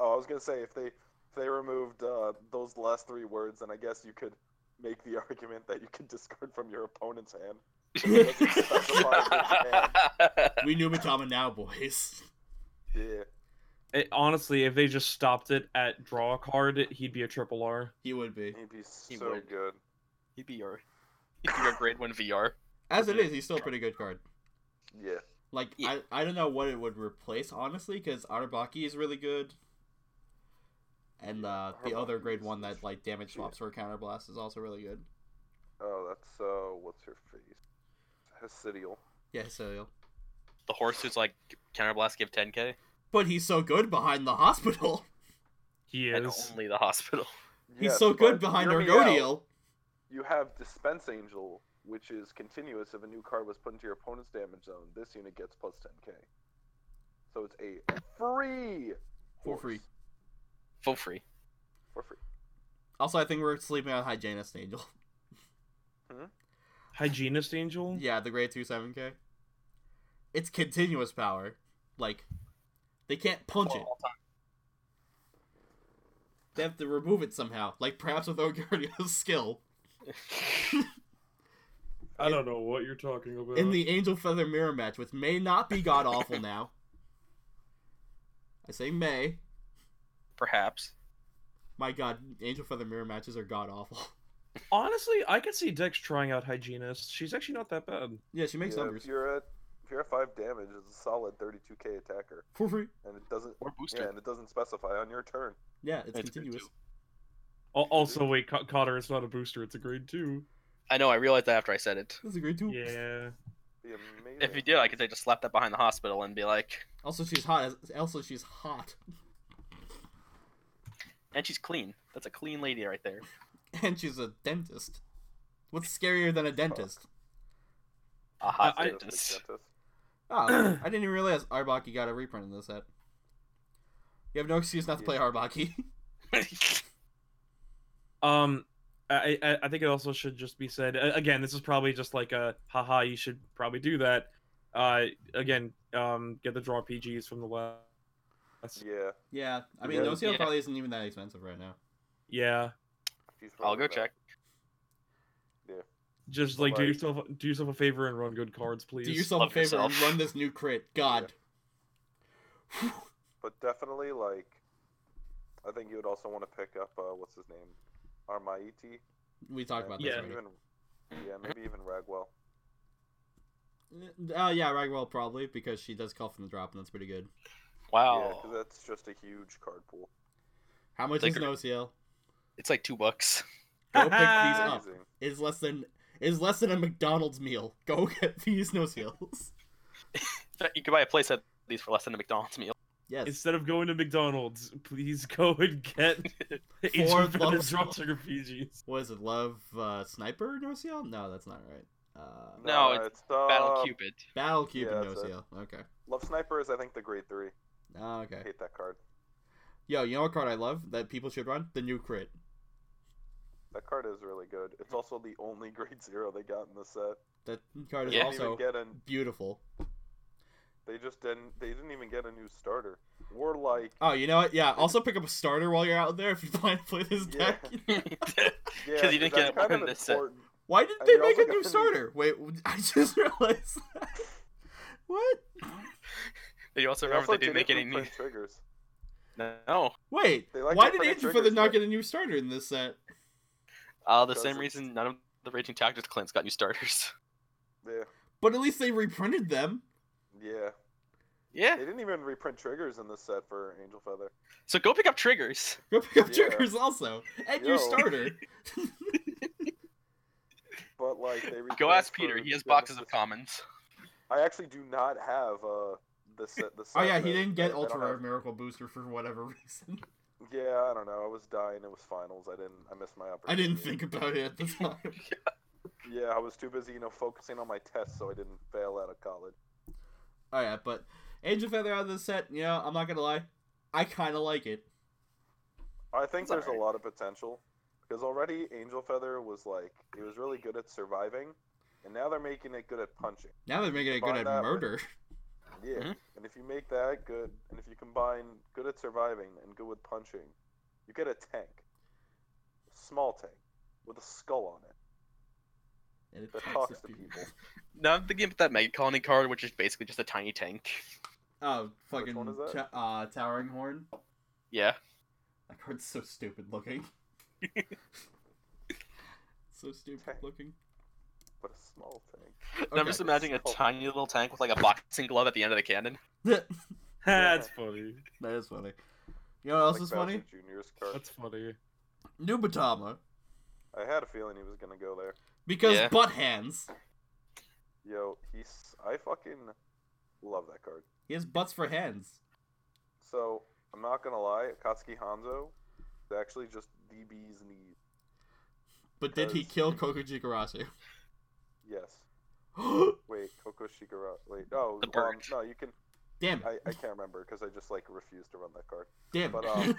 C: Oh, I was gonna say if they if they removed uh, those last three words, then I guess you could make the argument that you could discard from your opponent's hand.
D: we knew Matama now, boys?
C: Yeah,
E: It- Eh, honestly, if they just stopped it at draw a card, he'd be a triple R.
D: He would be.
C: he'd be so
A: He would.
C: good.
A: He'd be your, he'd be your grade one VR.
D: As it is, he's still a pretty good card.
C: Yeah,
D: Like
A: Yeah.
D: I, I don't know what it would replace honestly, because Arabaki is really good, and uh, the other
C: Arabaki
D: grade
C: is
D: one that
C: just
D: like damage swaps for counter blast is also really good.
C: Oh, that's uh, what's her face? Hasidial.
D: Yeah, so
A: The horse who's like counterblast give 10k,
D: but he's so good behind the hospital.
E: He
A: and
E: is.
A: only the hospital.
D: He's
C: Yes,
D: so good
C: but
D: behind
C: hear me out.
D: Ergodiel.
C: You have Dispense Angel, which is continuous if a new card was put into your opponent's damage zone. This unit gets plus 10k. So it's a free
D: For
C: horse.
D: free.
A: For free.
C: For free.
D: Also, I think we're sleeping on Hygienist Angel.
E: Hygienist Angel.
D: yeah, the grade two seven K. It's continuous power. Like they can't punch it.
A: All time.
D: They have to remove it somehow. Like perhaps with Ogardio's skill.
E: I don't know what you're talking about.
D: in the Angel Feather Mirror match, which may not be god awful now. I say may.
A: Perhaps.
D: My god, Angel Feather Mirror matches are god awful.
E: honestly, I could see Dex trying out Hygienist. She's actually not that bad.
D: Yeah, she makes
C: Yeah,
D: numbers.
C: If you're at If you're at five damage, it's a solid 32k attacker,
D: for free.
C: and it doesn't.
A: Or
C: Yeah,
A: booster.
C: and it doesn't specify on your turn.
D: Yeah, it's
A: That's good
D: continuous.
A: too.
B: Al- Also, wait, Co- Cotter, it's not a booster; it's a grade two.
A: I know. I realized that after I said it.
D: This is a great tool.
B: Yeah.
C: Be amazing.
A: If you did, I could say just slap that behind the hospital and be like,
D: Also, she's hot. Also, she's hot.
A: and she's clean. That's a clean lady right there.
D: And she's a dentist. What's scarier than a dentist?
A: A hot
B: I-
A: dentist.
D: Oh, I didn't even realize Arbaki got a reprint in this set. You have no excuse not to play Arbaki.
B: Um, I, I I think it also should just be said a- again. This is probably just like a haha. You should probably do that. Uh, again, um, get the draw PGs from the left.
C: yeah,
D: yeah, I mean,
C: Yeah.
D: no seal
A: Yeah.
D: probably isn't even that expensive right now.
B: Yeah,
C: she's
A: I'll
C: running
A: go
C: that.
A: check.
B: just like do
C: Like-
B: yourself do yourself a favor and run good cards, please.
D: Do yourself a
A: love
D: favor and
A: yourself.
D: run this new crit. God.
C: But definitely, like, I think you would also want to pick up uh, what's his name, Armaiti.
D: we talked about
C: and
D: this
B: Yeah.
C: maybe
D: already.
C: even- yeah, maybe even Ragwell.
D: Uh, yeah, Ragwell probably, because she does call from the drop, and that's pretty good.
C: Yeah,
A: Wow.
C: because that's just a huge card pool.
D: How much
A: The
D: is
A: gr-
D: no seal?
A: it's like two bucks.
D: Go pick these up.
C: Amazing.
D: Is less than is less than a McDonald's meal. Go get these no seals.
A: You could buy a place at these for less than a McDonald's meal.
D: Yes.
B: Instead of going to McDonald's, please go and get Agent for the
D: loves-
B: drop sugar PGs.
D: What is it? Love uh, sniper no seal? No, that's not right. Uh,
A: No, it's
C: uh,
A: Battle Cupid.
D: Battle Cube
C: Yeah,
D: and no
C: that's it.
D: seal. Okay.
C: Love Sniper is, I think, the grade three.
D: Oh,
C: I
D: okay.
C: hate that card.
D: Yo, you know what card I love that people should run? The new crit.
C: That card is really good. It's
D: Mm-hmm.
C: also the only grade zero they got in the set.
D: That card is
C: They
A: Yeah.
C: didn't even
D: also
C: get an-
D: beautiful.
C: They just didn't. They didn't even get a new starter. We're like,
D: Oh, you know what? Yeah. Also pick up a starter while you're out there if you plan to play this
C: Yeah.
D: deck.
C: yeah,
A: 'Cause you didn't get
C: that's
A: one
C: kind of
A: in this set.
C: important.
D: Why did
C: And
D: they
C: you're
D: make
C: also
D: a new
C: gonna-
D: starter? Wait, w- I just realized. That. what?
A: Did you also
C: They
A: remember
C: also
A: they didn't make any new?
C: imprint triggers.
A: No.
D: Wait.
C: They like
D: why
C: to
D: did
C: print
D: Agent for
C: triggers,
D: the not
C: but-
D: get a new starter in this set?
A: Uh, the
C: Does
A: same
C: it?
A: reason none of the Raging Tactics clans got new starters.
C: Yeah,
D: But at least they reprinted them.
C: yeah.
A: Yeah.
C: They didn't even reprint triggers in this set for Angel Feather.
A: So go pick up triggers.
D: Go pick up
C: Yeah.
D: triggers also and your
C: Yo.
D: starter.
C: But like they reprint
A: Go ask Peter.
C: for
A: He has
C: Genesis.
A: boxes of commons.
C: I actually do not have uh the set. The
D: oh
C: set
D: yeah, he
C: that-
D: didn't
C: I-
D: get
C: I don't
D: Ultra Rare
C: have-
D: Miracle Booster for whatever reason.
C: Yeah, I don't know. I was dying. It was finals. I didn't. I missed my
D: I
C: opportunity.
D: didn't think about it at the time.
C: Yeah, I was too busy, you know, focusing on my tests, so I didn't fail out of college.
D: Oh yeah, but Angel Feather out of this set, you know, I'm not gonna lie, I kind of like it.
C: I think
A: It's
C: there's
A: alright.
C: a lot of potential because already Angel Feather was like it was really good at surviving, and now they're making it good at punching.
D: Now they're making it good
C: Combine that
D: at
C: with-
D: murder.
C: Yeah,
A: Mhm.
C: and if you make that good, and if you combine good at surviving and good with punching, you get a tank, a small tank with a skull on it
D: And it
C: that
D: attacks
C: talks to
D: the
C: people.
A: Now I'm thinking about that Mega Colony card, which is basically just a tiny tank.
D: Oh,
C: Which
D: fucking
C: one is that?
D: ta- uh, towering horn.
A: Yeah.
D: That card's so stupid looking. so stupid
C: Okay.
D: looking.
C: But a small tank.
A: And I'm just imagining a
C: Skull.
A: tiny little tank with like a boxing glove at the end of the cannon.
D: that
B: That's funny.
D: is funny. You know what else
C: like
D: is funny?
C: Bowser Junior's card.
B: That's funny.
D: Nubatama.
C: I had a feeling he was gonna go there.
D: Because
A: Yeah.
D: butt hands.
C: Yo, he's I fucking love that card.
D: He has butts for hands.
C: So I'm not gonna lie, Akatsuki Hanzo is actually just the bee's knees.
D: But did he
C: Because-
D: kill Koku Jikarasu?
C: Yes.
D: Damn
C: Wait, Koko Shigara. Wait, no,
A: The
C: um,
A: bird.
C: no, you can.
D: it.
C: I, I can't remember because I just like refused to run that card.
D: Damn
C: but,
D: it.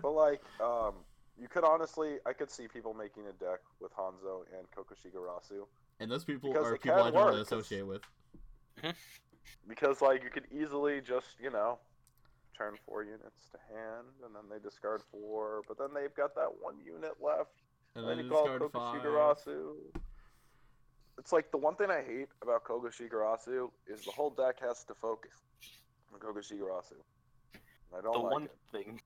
C: But like, um, you could honestly, I could see people making a deck with Hanzo and Koko Shigarasu
D: and those people
C: because
D: are
C: it
D: people
C: can
D: I don't really
C: work, 'cause-
D: associate with.
C: because like you could easily just you know turn four units to hand and then they discard four, but then they've got that one unit left.
D: And
C: And then
D: then
C: you
D: it's
C: call
D: card
C: Koga
D: five.
C: Shigarasu. It's like the one thing I hate about Koga Shigarasu is the whole deck has to focus on Koga Shigarasu. And I don't
A: the
C: like
A: one
C: it.
A: thing.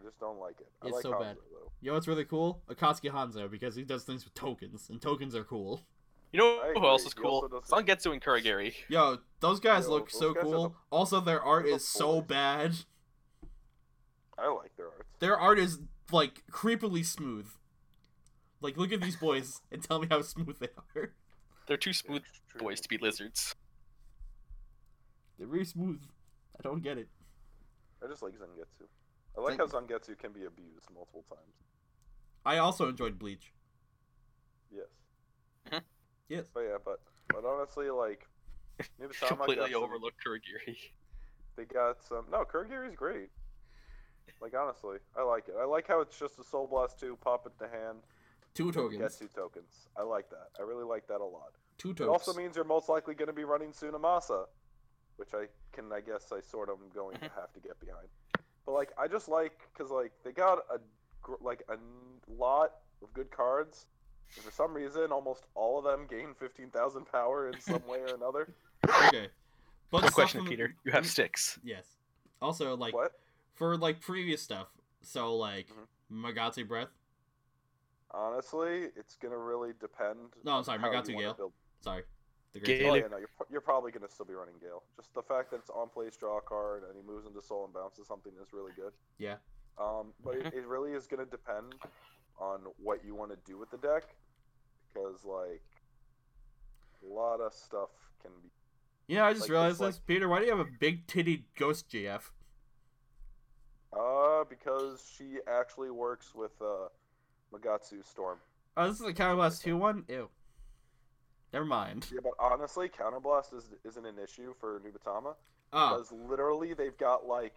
C: I just don't like it. I
D: It's
C: like
D: so
C: Hanzo,
D: bad.
C: though.
D: You know what's really cool? Akatsuki Hanzo, because he does things with tokens, and tokens are cool.
A: You know
C: I
A: who else
C: agree.
A: is
C: He
A: cool?
C: also does that.
A: Sangetsu and Kurigiri.
D: Yo, those guys
C: Yo,
D: look
C: those
D: so
C: guys are
D: cool.
C: the-
D: also, their art
C: the
D: is so
C: boys.
D: bad.
C: I like their art.
D: Their art is like creepily smooth. Like, look at these boys and tell me how smooth they are.
A: They're too smooth
C: Extremely
A: boys to be lizards.
D: They're very smooth. I don't get it.
C: I just like Zangetsu. I like how Zangetsu can be abused multiple times.
D: I also enjoyed Bleach.
C: Yes.
D: Yes.
C: But yeah, but but honestly, like Nubisama
A: Completely
C: got some-
A: overlooked Kurigiri.
C: They got some. No, Kurigiri's great. Like honestly, I like it. I like how it's just a Soul Blast two pop into hand.
D: Two
C: Get
D: tokens.
C: two tokens. I like that. I really like that a lot.
D: Two
C: It also
D: tokens.
C: means you're most likely going to be running Sunamasa, which I can, I guess, I sort of am going to have to get behind. But like, I just like because like they got a gr- like a n- lot of good cards. And for some reason, almost all of them gain fifteen thousand power in some way or another.
D: Okay. But
A: Good question,
D: supplement-
A: Peter. You have sticks.
D: Yes. Also, like
C: what?
D: for like previous stuff. So like
C: Mhm.
D: Magatsu Breath.
C: Honestly, it's gonna really depend.
D: No, I'm
C: on
D: sorry,
C: how
D: Magatsu
C: you wanna
D: Gale.
C: build-
D: Sorry. The
A: Gale.
C: Oh
A: Gaelic.
C: yeah, no, you're, pro- you're probably gonna still be running Gale. Just the fact that it's on place, draw a card, and he moves into Soul and bounces something is really good.
D: Yeah.
C: Um, but it, it really is gonna depend on what you want to do with the deck, because like a lot of stuff can be.
D: Yeah, I just
C: Like,
D: realized
C: it's like-
D: this. Peter, why do you have a big titty ghost GF?
C: Uh, because she actually works with uh, Magatsu Storm.
D: Oh, this is the Counterblast 2 one? Ew. Never mind.
C: Yeah, but honestly, Counterblast is isn't an issue for Nubatama.
D: Oh,
C: because literally they've got like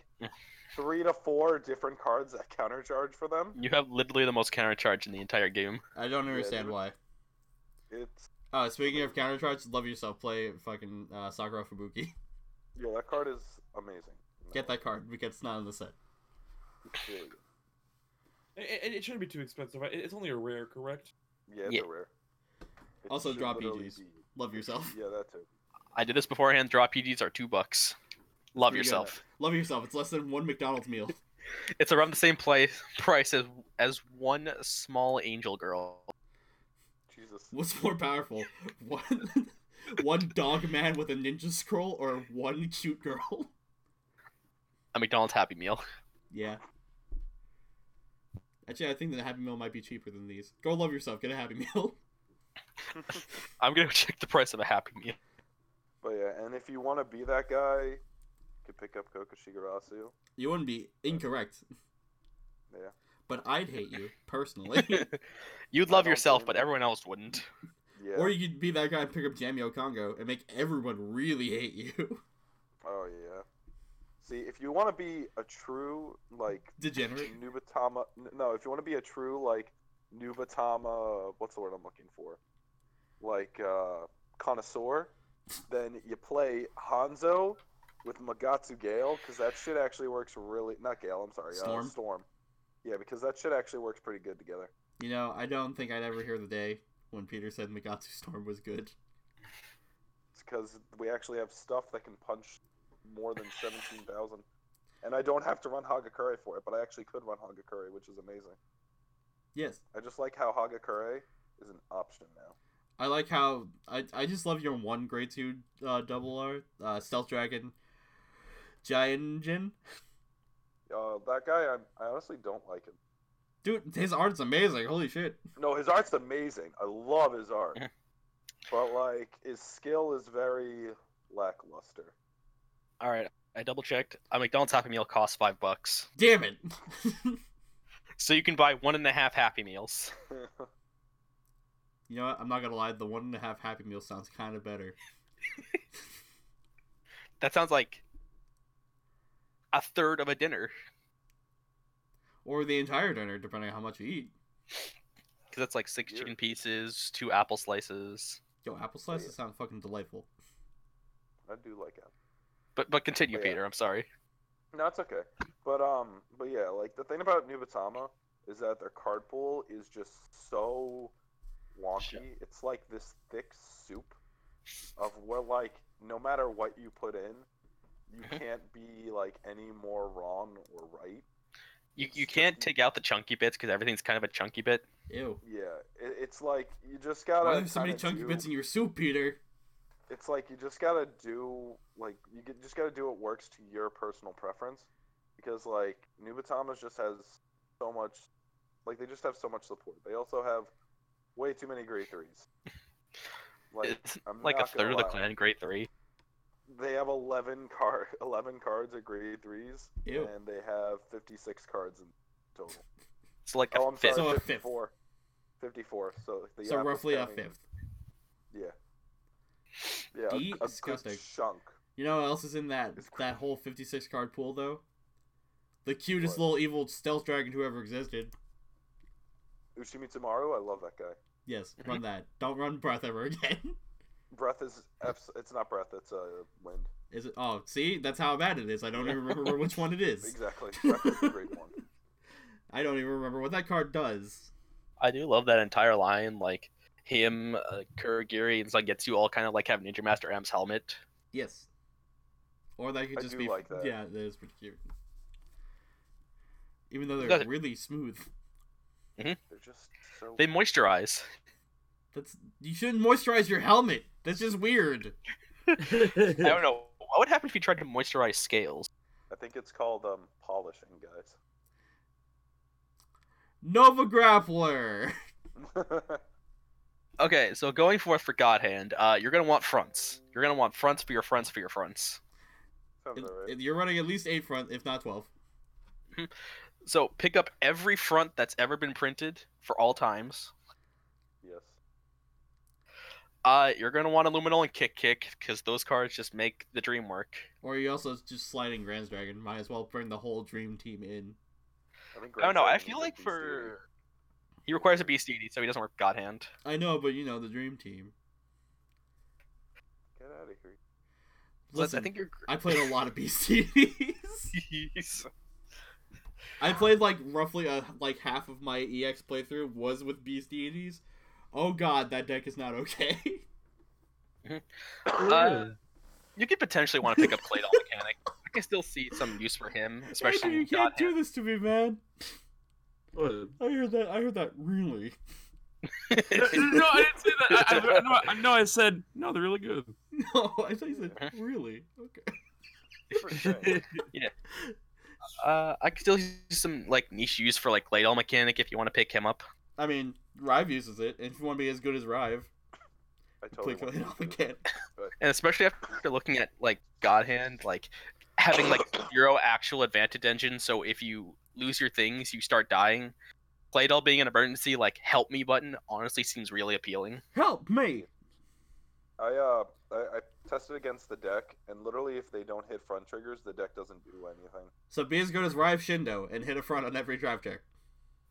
C: three to four different cards that countercharge for them.
A: You have literally the most counter charge in the entire game.
D: I don't understand
C: dude.
D: why.
C: It's
D: Oh, speaking of countercharge, love yourself. Play fucking uh, Sakura Fubuki.
C: yeah, that card is amazing.
D: Get that card because it's not in the set.
C: It's really good.
B: It, it, it shouldn't be too expensive. It- It's only a rare, correct?
C: Yeah, it's
A: Yeah.
C: a rare. It
D: Also
C: should
D: drop
C: literally
D: EGs.
C: be- E
D: Love yourself.
C: Yeah, that too.
A: I did this beforehand. Draw PDs are two bucks. Love
D: Pretty good.
A: yourself.
D: Love yourself. It's less than one McDonald's meal.
A: It's around the same place price as as one small angel girl.
C: Jesus.
D: What's more powerful? One, one dog man with a ninja scroll or one cute girl?
A: A McDonald's Happy Meal.
D: Yeah. Actually, I think that a Happy Meal might be cheaper than these. Go love yourself. Get a Happy Meal.
A: I'm gonna check the price of a Happy Meal.
C: But yeah, and if you want to be that guy, you could pick up Koko Shigarasu.
D: You wouldn't be incorrect.
C: Yeah.
D: But I'd hate you personally.
A: You'd
C: I
A: love
C: don't
A: yourself,
C: blame
A: but
C: you.
A: everyone else wouldn't.
C: Yeah.
D: Or you could be that guy and pick up Jamio Congo and make everyone really hate you.
C: Oh yeah. See, if you want to be a true like
D: Degenerate.
C: Nubatama. n- No, if you want to be a true like Nubatama, what's the word I'm looking for? Like uh, connoisseur, then you play Hanzo with Magatsu Gale because that shit actually works really. Not Gale, I'm sorry.
D: Storm.
C: Uh, Storm. Yeah, because that shit actually works pretty good together.
D: You know, I don't think I'd ever hear the day when Peter said Megatsu Storm was good.
C: It's because we actually have stuff that can punch more than seventeen thousand, and I don't have to run Hagakure for it, but I actually could run Hagakure, which is amazing.
D: Yes.
C: I just like how Hagakure is an option now.
D: I like how I, I just love your one grade two uh, double R uh, Stealth Dragon Jin.
C: Uh, that guy, I'm, I honestly don't like him.
D: Dude, his art's amazing. Holy shit.
C: No, his art's amazing. I love his art.
A: Yeah.
C: but, like, his skill is very lackluster.
A: All right, I double checked. A McDonald's Happy Meal costs five bucks,
D: Damn it.
A: so you can buy one and a half Happy Meals.
D: you know what? I'm not gonna lie. The one and a half Happy Meal sounds kind of better.
A: That sounds like a third of a dinner
D: Or the entire dinner, depending on how much you eat.
A: because that's like six
C: Yeah.
A: chicken pieces, two apple slices.
D: Yo, apple slices sound fucking delightful.
C: I do like him.
A: But but continue,
C: Oh, yeah.
A: Peter. I'm sorry.
C: No, it's okay. But, um, but yeah, like, the thing about Nubatama is that their card pool is just so wonky.
A: Shit.
C: It's like this thick soup of where, like, no matter what you put in, you
A: Mhm.
C: can't be, like, any more wrong or right.
A: You you can't take out the chunky bits because everything's kind of a chunky bit.
D: Ew.
C: Yeah, it, it's like you just
D: Why
C: gotta.
D: are there so many
C: kinda
D: chunky
C: do-
D: bits in your soup, Peter?
C: It's like you just gotta do like you get, just gotta do what works to your personal preference, because like Nubatamas just has so much, like they just have so much support. They also have way too many grade threes. Like
A: it's
C: I'm
A: like a
C: not gonna
A: third of the
C: lie.
A: clan, grade three.
C: They have eleven card, eleven cards at grade threes,
D: Ew.
C: and they have fifty six cards in total.
A: It's like
C: Oh,
A: a
C: I'm
A: fifth.
D: So
C: sorry,
D: a fifth.
C: 54. 54. So, the
D: so
C: average
D: roughly a
C: having-
D: fifth.
C: Yeah. Yeah, a- a,
D: Disgusting.
C: good chunk.
D: You know what else is in that
C: It's
D: that whole fifty six card pool though? The cutest
C: What?
D: little evil stealth dragon who ever existed.
C: Ushimitsumaru, I love that guy.
D: Yes, run that. Don't run breath ever again.
C: Breath is abs- it's not breath, it's uh, wind.
D: Is it? Oh, see, that's how bad it is. I don't even remember which one it is.
C: Exactly. Breath is the great one.
D: I don't even remember what that card does.
A: I do love that entire line, like him, uh, Kuragiri, and Zangetsu all kind of like have Ninja Master M's helmet.
D: Yes. Or that could
C: I
D: just
C: do
D: be
C: like that.
D: yeah, that is pretty cute. Even though they're
A: Does it-
D: really smooth.
C: They're just so
A: They moisturize.
D: That's you shouldn't moisturize your helmet. That's just weird.
A: I don't know what would happen if you tried to moisturize scales.
C: I think it's called um polishing, guys.
D: Nova Grappler.
A: Okay, so going forth for Godhand, uh, you're gonna want fronts. You're gonna want fronts for your fronts for your fronts.
C: Sounds alright.
D: You're running at least eight front, if not twelve.
A: So pick up every front that's ever been printed for all times.
C: Yes.
A: Uh, you're gonna want Illuminol and Kick Kick because those cards just make the dream work.
D: Or you also just sliding Grand Dragon. Might as well bring the whole dream team in.
C: I, think
A: I don't know. Oh, I
C: Gravesend
A: feel
C: is a
A: like
C: beast
A: for
C: eater.
A: he requires a Beast Deity, so he doesn't work God Hand.
D: I know, but you know the dream team.
C: Get out of here.
A: So that's-
D: Listen,
A: I think you're.
D: I played a lot of BCDs.
A: Jeez.
D: I played like roughly a, like half of my EX playthrough was with Beast Deities. Oh god, that deck is not okay.
A: Uh, you could potentially want to pick up Claydol Mechanic. I can still see some use for him, especially
D: Andrew, you
A: in God
D: can't do this to me, man.
E: What?
D: I heard that. I heard that really.
E: no,
A: Hand.
E: I didn't say that. I, I, no, I, no, I said no. They're really good.
D: No, I thought you
C: Uh-huh.
D: said really. Okay.
C: Different
A: uh, I can still use some like niche use for like Claydol Mechanic if you want to pick him up.
D: I mean, Rive uses it. If you want to be as good as Rive,
C: I totally
D: play
C: want
D: Clay
C: to
D: off
C: do
D: again.
A: and especially after looking at like God Hand, like having like zero actual advantage engine. So if you lose your things, you start dying. Claydol being an emergency, like help me button, honestly seems really appealing.
D: Help me!
C: I uh I, I tested against the deck, and literally, if they don't hit front triggers, the deck doesn't do anything.
D: So be as good as Rive Shindo and hit a front on every drive check.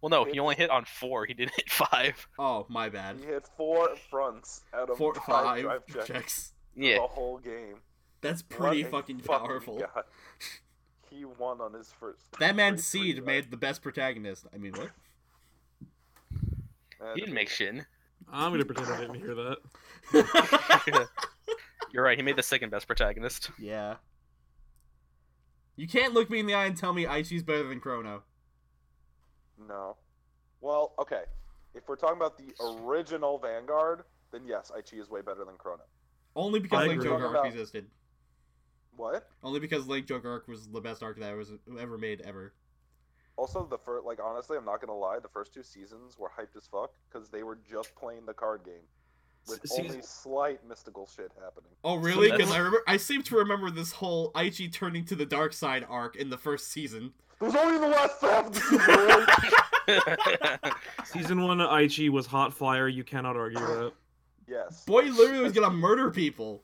A: Well, no, he only hit on four. He didn't hit five.
D: Oh my bad.
C: He hit four fronts out of
D: Four,
C: five,
D: five,
C: drive checks
D: checks.
A: Yeah,
C: the whole game.
D: That's pretty
C: What a
D: fucking
C: fucking
D: powerful.
C: god. He won on his first.
D: That man
C: free three
D: Seed
C: drive.
D: made the best protagonist. I mean, what?
C: And
A: he didn't make shin.
E: I'm gonna pretend I didn't hear that.
A: You're right. He made the second best protagonist.
D: yeah. You can't look me in the eye and tell me Aichi's better than Chrono.
C: No. Well, okay. If we're talking about the original Vanguard, then yes, Aichi is way better than Chrono.
D: Only because
E: I
D: Link
E: agree.
D: Joker
C: Talking
D: arc
C: about-
D: existed.
C: What?
D: Only because Link Joker arc was the best arc that was ever made ever.
C: Also, the first, like, honestly, I'm not gonna lie, the first two seasons were hyped as fuck because they were just playing the card game with
E: S- season-
C: only slight mystical shit happening.
D: Oh really? Because
A: that's-
D: I remember I seem to remember this whole Aichi turning to the dark side arc in the first season.
C: There's only the last half of the season.
E: Season one of Aichi was hot fire. You cannot argue that.
C: Yes.
D: Boy literally was gonna murder people.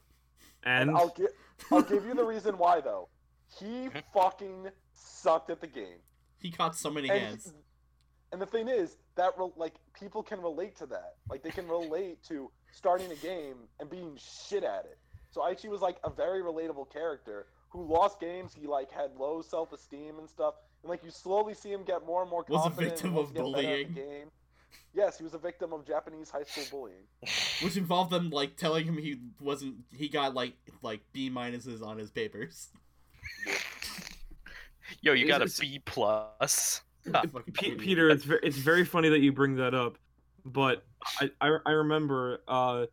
E: And
C: I'll give I'll give you the reason why though. He fucking sucked at the game.
D: He caught so many
C: And,
D: hands.
C: and the thing is that re- like people can relate to that. Like they can relate to starting a game and being shit at it. So Aichi was like a very relatable character who lost games. He like had low self esteem and stuff. And like you slowly see him get more and more
D: Was a
C: confident. and
D: victim
C: wants
D: of
C: to get better at the
D: bullying.
C: game. Yes, he was a victim of Japanese high school bullying.
D: Which involved them like telling him he wasn't he got like like B minuses on his papers.
A: Yo, you got
E: Is-
A: a B plus. Huh.
D: Fucking
E: Pe-
D: idiot.
E: Peter, it's very, it's very funny that you bring that up, but I I, I remember uh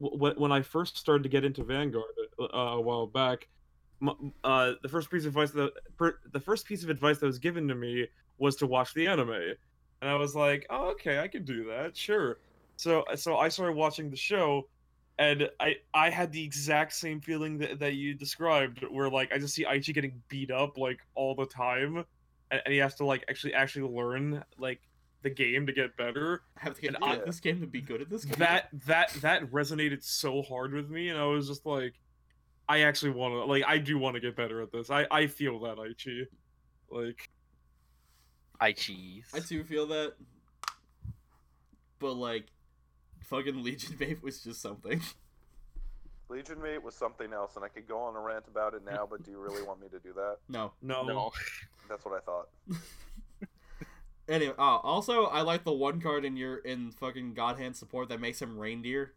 E: w- when I first started to get into Vanguard uh, a while back, m- uh the first piece of advice that per- the first piece of advice that was given to me was to watch the anime, and I was like, oh, okay, I can do that, sure. So so I started watching the show. And I, I had the exact same feeling that, that you described, where like I just see Aichi getting beat up like all the time, and, and he has to like actually actually learn like the game to get better.
D: I have to get
E: and
D: good
C: I-
D: at this game to be good at this game.
E: That that that resonated so hard with me, and I was just like, I actually want to like I do want to get better at this. I I feel that Aichi, like
A: I cheese.
D: I too feel that, but like, fucking Legion Babe was just something.
C: Legion Mate was something else, and I could go on a rant about it now, but do you really want me to do that?
D: No.
E: no,
A: No.
C: That's what I thought.
D: Anyway, oh, also I like the one card in your in fucking Godhand support that makes him reindeer.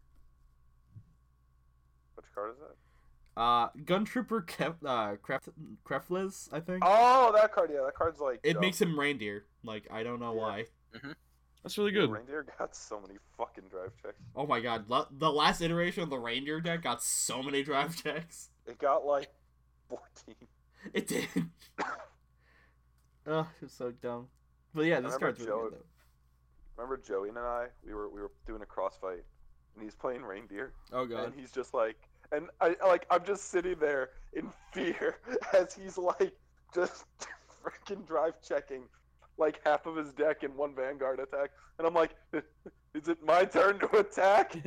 C: Which card is that?
D: Uh, Gun Trooper Kef, uh, Kref, Krefles, I think.
C: Oh, that card. Yeah, that card's like.
D: it
C: yo,
D: makes him reindeer. Like I don't know
C: Yeah.
D: why.
E: that's really good.
C: Reindeer got so many fucking drive checks.
D: Oh my god, la- the last iteration of the reindeer deck got so many drive checks.
C: It got like 14.
D: It did. oh, it was so dumb. But yeah, this
C: remember
D: card's really
C: Joe-
D: good though.
C: Remember Joey and I? We were we were doing a crossfight, and he's playing reindeer,
D: Oh god.
C: and he's just like, and I like I'm just sitting there in fear as he's like just freaking drive checking like half of his deck in one vanguard attack, and I'm like, is it my turn to attack?
A: He's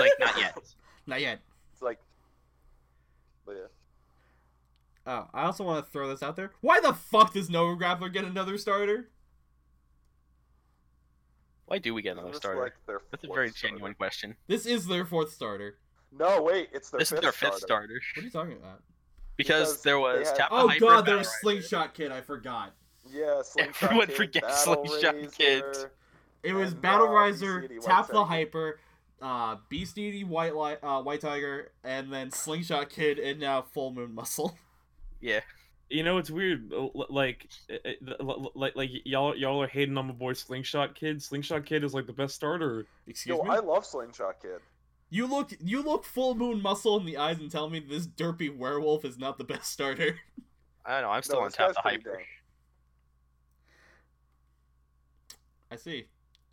A: like, not yet.
D: Not yet.
C: It's like, but yeah,
D: Oh, I also want to throw this out there. Why the fuck does Nova Grappler get another starter?
A: Why do we get
C: Isn't
A: another
C: this,
A: starter?
C: like, their
A: That's a
C: fourth
A: very
C: starter?
A: genuine question.
D: This is their fourth starter.
C: No, wait, it's their
A: This
C: fifth
A: is their fifth
C: starter.
A: starter.
D: What are you talking about?
A: Because,
C: Because
A: there
C: they
A: was
C: had-
A: Tap the
D: Oh
A: Hyper
D: god,
A: Battle
D: there's
A: Rider.
D: Slingshot Kid. I forgot.
C: Yeah, slingshot
A: Everyone
C: kid,
A: forgets
C: Battle
A: Slingshot Kid.
C: Razor.
D: It was
C: And,
D: Battle
C: uh,
D: Riser,
C: BCD White
D: Tap the
C: Tiger.
D: Hyper, uh, Beast Eating White Li- uh, White Tiger, and then Slingshot Kid, and now Full Moon Muscle.
A: Yeah.
E: You know it's weird, l- l- like it- it- l- l- like like y'all y'all are hating on my boy Slingshot Kid. Slingshot Kid is like the best starter.
D: Excuse
C: Yo,
D: me.
C: I love Slingshot Kid.
D: You look you look Full Moon Muscle in the eyes and tell me this derpy werewolf is not the best starter.
A: I don't know. I'm still
C: No,
A: on
C: this
A: Tap
C: guy's
A: the
C: pretty
A: Hyper.
C: dang.
D: I see.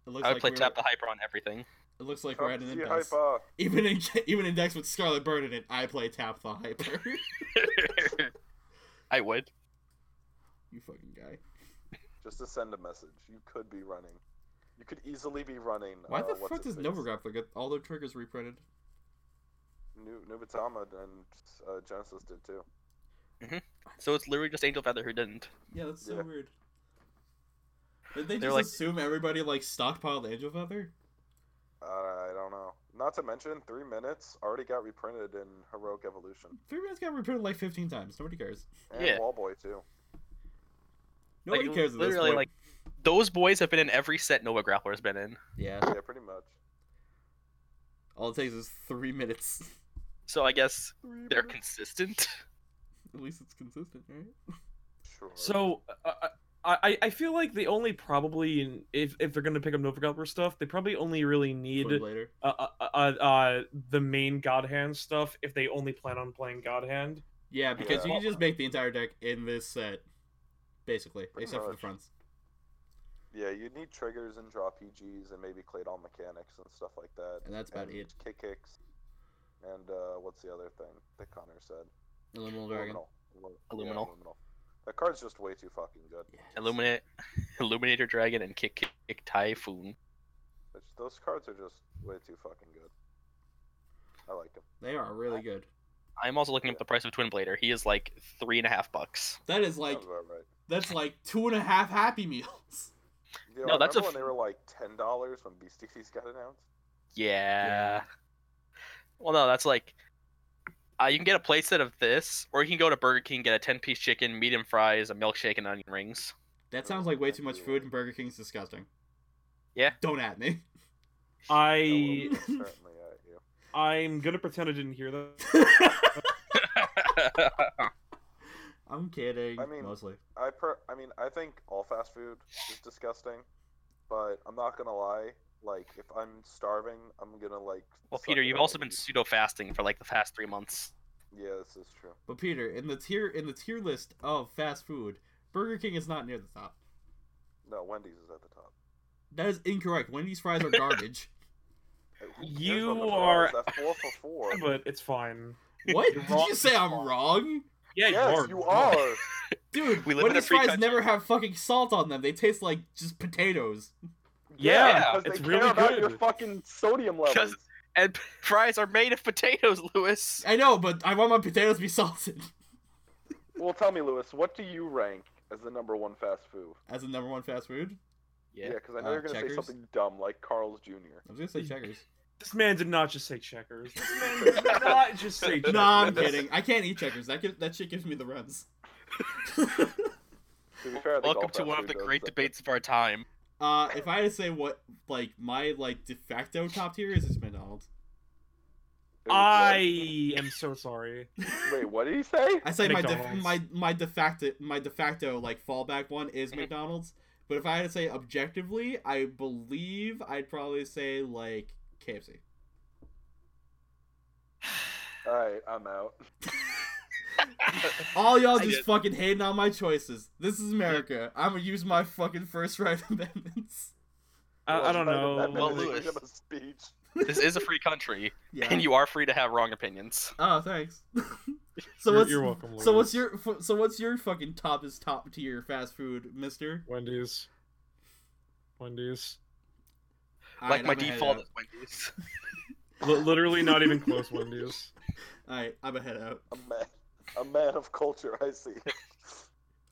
D: It looks
A: I would
D: like
A: play
D: we're,
A: Tap the Hyper on everything.
D: It looks like
C: Come
D: we're at an
C: see
D: impasse.
C: Hyper.
D: Even in even in decks with Scarlet Bird in it, I play Tap the Hyper.
A: I would.
D: you fucking guy.
C: Just to send a message. You could be running. You could easily be running.
D: Why
C: uh,
D: the
C: what's
D: fuck
C: his
D: does
C: face?
D: Nova Grappler get all their triggers reprinted?
C: Nu- Nubatama and uh, Genesis did too.
A: So it's literally just Angel Feather who didn't.
D: Yeah, that's so
C: Yeah.
D: weird. Did they
A: They're
D: just
A: like-
D: assume everybody like stockpiled Angel Feather?
C: Uh, I don't know. Not to mention, three minutes already got reprinted in Heroic Evolution
D: Three minutes got reprinted like fifteen times. Nobody cares.
C: and
A: Yeah.
C: Wall Boy too.
D: Nobody
A: like,
D: cares. At this
A: Literally,
D: point.
A: like those boys have been in every set Nova Grappler has been in.
D: yeah,
C: Yeah, pretty much.
D: all it takes is three minutes.
A: So I guess
C: Three
A: they're
C: minutes?
A: consistent.
D: At least it's consistent, right?
C: Sure.
E: So uh, I I- I feel like they only probably in- if if they're gonna pick up Novogalper stuff, they probably only really need
D: Twin later.
E: uh, uh, uh, uh, the main God Hand stuff if they only plan on playing God Hand.
D: Yeah, because
C: Yeah.
D: you can just make the entire deck in this set, basically,
C: Pretty
D: except for the
C: much.
D: fronts.
C: yeah, you need triggers and draw PGs and maybe Claydol mechanics and stuff like that.
D: And that's about it.
C: Kick kicks. And uh, what's the other thing that Connor said?
D: Illuminal Dragon.
C: Illuminal. Illu- yeah,
A: Illuminal.
C: Illuminal. That card's just way too fucking good.
D: Yeah.
A: Illuminate, Illuminator Dragon, and Kick Kick, Kick Typhoon.
C: It's- Those cards are just way too fucking good. I like them.
D: They are really good.
A: I'm also looking up the price of Twin Blader. He is like three and a half bucks.
D: That is like
C: Sounds about right.
D: that's like two and a half Happy Meals.
C: You know,
A: No, that's a
C: remember
A: f-
C: when they were like ten dollars when Beasties got announced.
A: Yeah. Well, no, that's like uh, you can get a playset of this, or you can go to Burger King and get a ten-piece chicken, medium fries, a milkshake, and onion rings.
D: That sounds like way too much food, and Burger King's disgusting.
A: Yeah.
D: Don't at me.
E: I
C: I will certainly uh, at you.
E: I'm gonna pretend I didn't hear that.
D: I I'm kidding.
C: I mean-
D: mostly.
C: I per I mean I think all fast food is disgusting, but I'm not gonna lie. Like if I'm starving, I'm gonna like.
A: Well,
C: suck
A: Peter,
C: it
A: you've
C: up
A: also
C: and
A: been
C: eat.
A: pseudo fasting for like the past three months.
C: Yeah, this is true.
D: But Peter, in the tier in the tier list of fast food, Burger King is not near the top.
C: No, Wendy's is at the top.
D: That is incorrect. Wendy's fries are garbage.
C: Hey, who cares about the
E: You
C: fries?
E: are-
C: That's four for four.
E: but it's fine.
D: what?
E: You're
D: Did
E: wrong.
D: you say I'm wrong?
E: Yeah,
C: yes, you are.
D: Dude,
A: We live in a
D: Wendy's
A: free
D: fries
A: country.
D: never have fucking salt on them. They taste like just potatoes.
E: Yeah,
C: because
E: it's
C: they
E: really
C: care about
E: good.
C: your fucking sodium levels.
A: Because- And fries are made of potatoes, Lewis.
D: I know, but I want my potatoes to be salted.
C: Well, tell me, Lewis, what do you rank as the number one fast food?
D: As the number one fast food,
A: Yeah.
C: Yeah, because I know
D: Uh,
C: you're gonna
D: Checkers?
C: say something dumb like Carl's Jr.
D: I was gonna say Checkers.
E: This man did not just say checkers. This man did not just say checkers.
D: no, I'm kidding. I can't eat Checkers. That give, that shit gives me the runs.
C: To be fair, I think all
A: Welcome to
C: fast
A: one of
C: food
A: the
C: does
A: great
C: that.
A: debates of our time.
D: uh, if I had to say what like my like de facto top tier is, it's McDonald's.
C: It was
E: I am so sorry.
C: what- Wait, what did he say?
D: I say my de-
E: McDonald's.
D: my my de facto my de facto like fallback one is
A: Mm-hmm.
D: McDonald's. But if I had to say objectively, I believe I'd probably say like KFC.
C: All right, I'm out.
D: All
A: I
D: y'all
A: Mm-hmm.
D: just
A: did.
D: fucking hating on my choices. This is America. I'm gonna use my fucking first right amendments.
E: I, I
C: Well,
E: don't
C: that-
E: know.
C: That
A: Well,
C: man is
A: Lewis.
C: giving a speech.
A: This is a free country,
D: Yeah.
A: and you are free to have wrong opinions.
D: Oh, thanks. so
E: You're-
D: what's
E: you're welcome,
D: so
E: Lawrence.
D: what's your f- so what's your fucking top is top tier fast food, Mister?
E: Wendy's. Wendy's.
A: like my default is Wendy's.
E: L- literally not even close. Wendy's.
D: All right, I'm gonna head out.
C: A man, a man of culture. I see.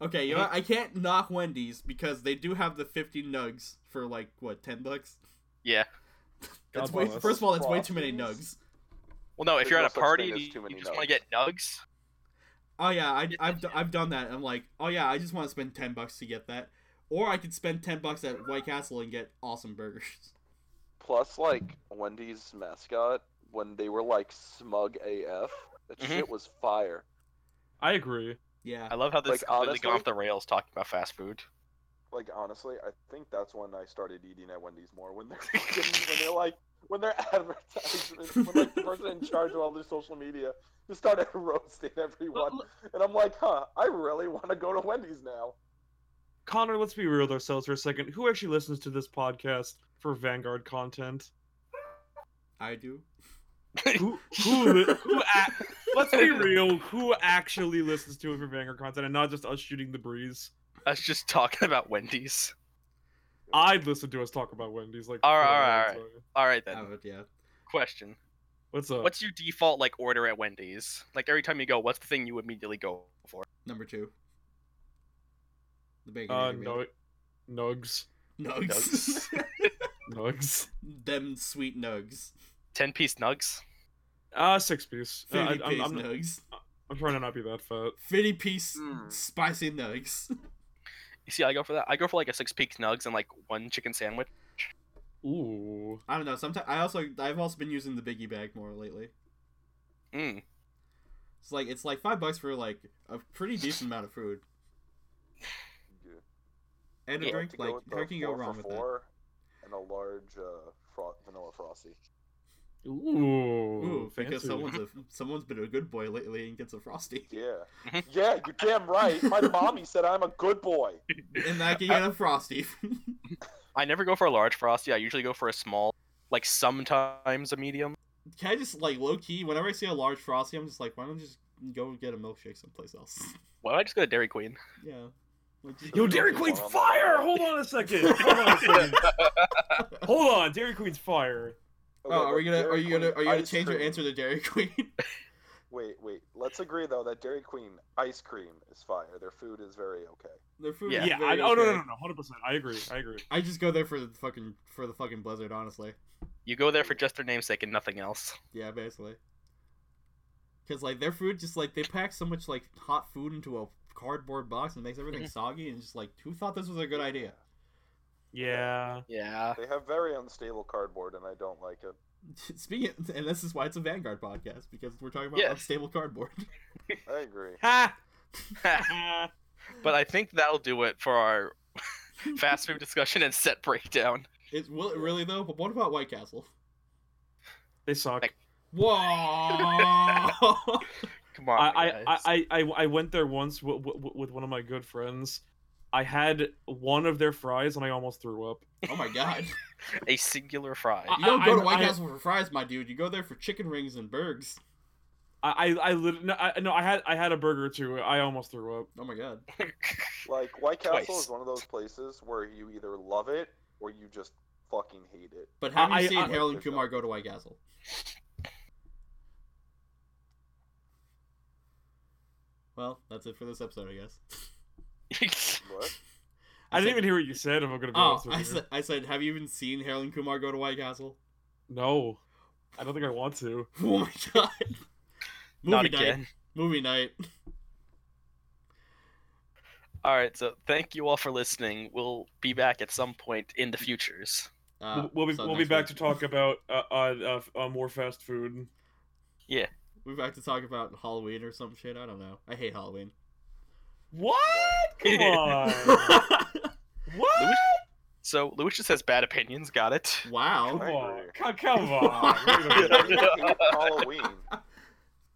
D: Okay, you know what? I can't knock Wendy's because they do have the 50 nugs for like what 10 bucks.
A: Yeah.
D: That's
E: God
D: way,
E: bless.
D: first of all, that's way too many
C: Frosties?
D: nugs.
A: Well, no, if
C: There's
A: you're
C: no
A: at a
C: such
A: party
C: thing
A: and
C: as
A: you,
C: too many
A: you just want
C: nugs.
A: to get nugs,
D: Oh yeah, I, I've d- I've done that. I'm like, oh yeah, I just want to spend 10 bucks to get that, or I could spend 10 bucks at White Castle and get awesome burgers.
C: Plus, like Wendy's mascot when they were like smug AF, that
A: Mhm.
C: shit was fire.
E: I agree.
D: Yeah,
A: I love how this
C: Like,
A: completely gone
C: honestly-
A: off the rails talking about fast food.
C: Like honestly, I think that's when I started eating at Wendy's more. When they're fucking- when they're like when they're advertisements, when like the person in charge of all their social media just started roasting everyone, and I'm like, huh, I really want to go to Wendy's now.
E: Connor, let's be real with ourselves for a second. Who actually listens to this podcast for Vanguard content?
D: I do.
E: Who? Who? Li- who?
C: Ah.
E: ac let's be real. Who actually listens to it for Vanguard content and not just us shooting the breeze?
A: I was just talking about Wendy's.
E: I'd listen to us talk about Wendy's. Like,
A: All right,
E: for a
A: all right,
E: long
A: all
E: time.
A: All right
D: I
A: then.
D: would, yeah.
A: Question:
E: What's up?
A: What's your default like order at Wendy's? Like every time you go, what's the thing you immediately go for?
D: Number two. The bacon.
E: uh,
D: egg
E: no, nugs,
D: meal. nugs.
E: nugs.
D: Them sweet nugs.
A: Ten piece nugs.
E: Ah, six piece. Uh, I,
D: Fifty
E: I'm,
D: piece
E: I'm, Mm.
D: nugs.
E: I'm trying to not be that fat.
D: Fifty piece
C: Mm.
D: spicy nugs.
A: You see, I go for that. I go for like a six piece nugs and like one chicken sandwich.
E: Ooh,
D: I don't know. Sometimes I also I've also been using the biggie bag more lately.
A: Mm.
D: It's like it's like five bucks for like a pretty decent amount of food
C: Yeah.
D: and a
A: Yeah.
D: drink.
C: To go
D: Like
C: with the
D: how can you go
C: four for
D: wrong with that?
C: four And a large uh, fro- vanilla frosty.
E: ooh,
D: Ooh, because
E: fancy.
D: someone's a someone's been a good boy lately and gets a frosty.
C: Yeah.
A: Mhm.
C: yeah, you're damn right. My mommy said I'm a good boy.
D: And I can get a frosty.
A: I never go for a large frosty. I usually go for a small, like sometimes a medium.
D: can I just like low key? Whenever I see a large frosty, I'm just like, why don't you just go get a milkshake someplace else?
A: Why don't I just go to Dairy Queen?
D: yeah. Like, just
E: Yo,
D: go-
E: Dairy Queen's fire! Hold on a second. Hold on, a second. Hold on. Dairy Queen's fire.
D: Oh,
C: Okay,
D: are we
C: but
D: gonna are
C: Dairy
D: you gonna
C: Queen
D: are you gonna
C: ice
D: change your
C: cream-
D: answer to Dairy Queen?
C: Wait, wait. Let's agree though that Dairy Queen ice cream is fire. Their food is very okay.
D: Their food
A: Yeah.
E: Yeah.
D: is
E: I,
D: very
E: oh no, no,
D: okay.
E: no, no. Hundred percent. I agree. I agree.
D: I just go there for the fucking for the fucking blizzard, honestly.
A: You go there for just their namesake and nothing else.
D: Yeah, basically. Cause like their food, just like they pack so much like hot food into a cardboard box and makes
E: Mm-hmm.
D: everything soggy, and just like who thought this was a good idea?
E: Yeah.
A: Yeah.
C: They have very unstable cardboard, and I don't like it.
D: Speaking, and this is why it's a Vanguard podcast because we're talking about
A: Yes.
D: unstable cardboard.
C: I agree.
E: Ha!
A: but I think that'll do it for our fast food discussion and set breakdown.
D: It's will it really though? But what about White Castle?
E: They suck.
A: Like-
D: Whoa! Oh
A: Come on,
E: I, I,
A: guys.
E: I, I, I went there once w- w- with one of my good friends. I had one of their fries and I almost threw up.
D: oh my god!
A: a singular fry.
E: I-
D: You don't go to
E: I-
D: White
E: I-
D: Castle for fries, my dude. You go there for chicken rings and burgers.
E: I I, I lit- no, I no I had I had a burger or two. I almost threw up.
D: Oh my god!
C: Like White Castle
A: Twice.
C: is one of those places where you either love it or you just fucking hate it.
D: But have
E: I-
D: you
E: I-
D: seen
E: I-
D: Harold and Kumar go to White Castle? Well, that's it for this episode, I guess.
C: What?
E: I, didn't
D: said-
E: even hear what you said. If I'm gonna be
D: Oh,
E: honest with
D: I
E: you.
D: said, I said, have you even seen Harold and Kumar go to White Castle?
E: no, I don't think I want to.
D: Oh my god! Movie
A: Not
D: night.
A: again.
D: Movie night.
A: All right, so thank you all for listening. We'll be back at some point in the futures.
D: Uh,
E: we'll be
D: so
E: we'll be
D: next
E: back to
D: week.
E: talk about uh, uh, uh, f- uh more fast food.
D: We'll be back to talk about Halloween or some shit. I don't know. I hate Halloween.
E: What? Come on. what?
A: Luis- so Luis just has bad opinions. Got it.
E: Come
D: wow.
C: I
E: on.
C: agree.
E: Come, come on.
C: I
E: Wait a minute.
C: hate Halloween.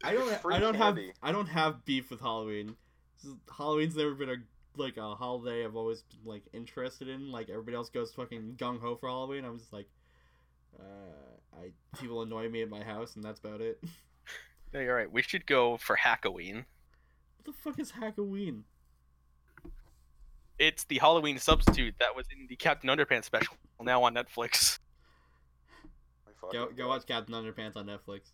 D: I don't.
C: Free
D: I don't have.
C: candy.
D: I don't have beef with Halloween. This is- Halloween's never been a like a holiday I've always been like interested in. Like everybody else goes fucking gung ho for Halloween. I'm just like, uh, I people annoy me at my house and that's about it. what
A: No, you're right. We should go for Hackoween.
D: the fuck is Halloween?
A: It's the Halloween substitute that was in the Captain Underpants special, now on Netflix.
C: I fucking
D: Go go
C: love
D: watch Captain Underpants on Netflix.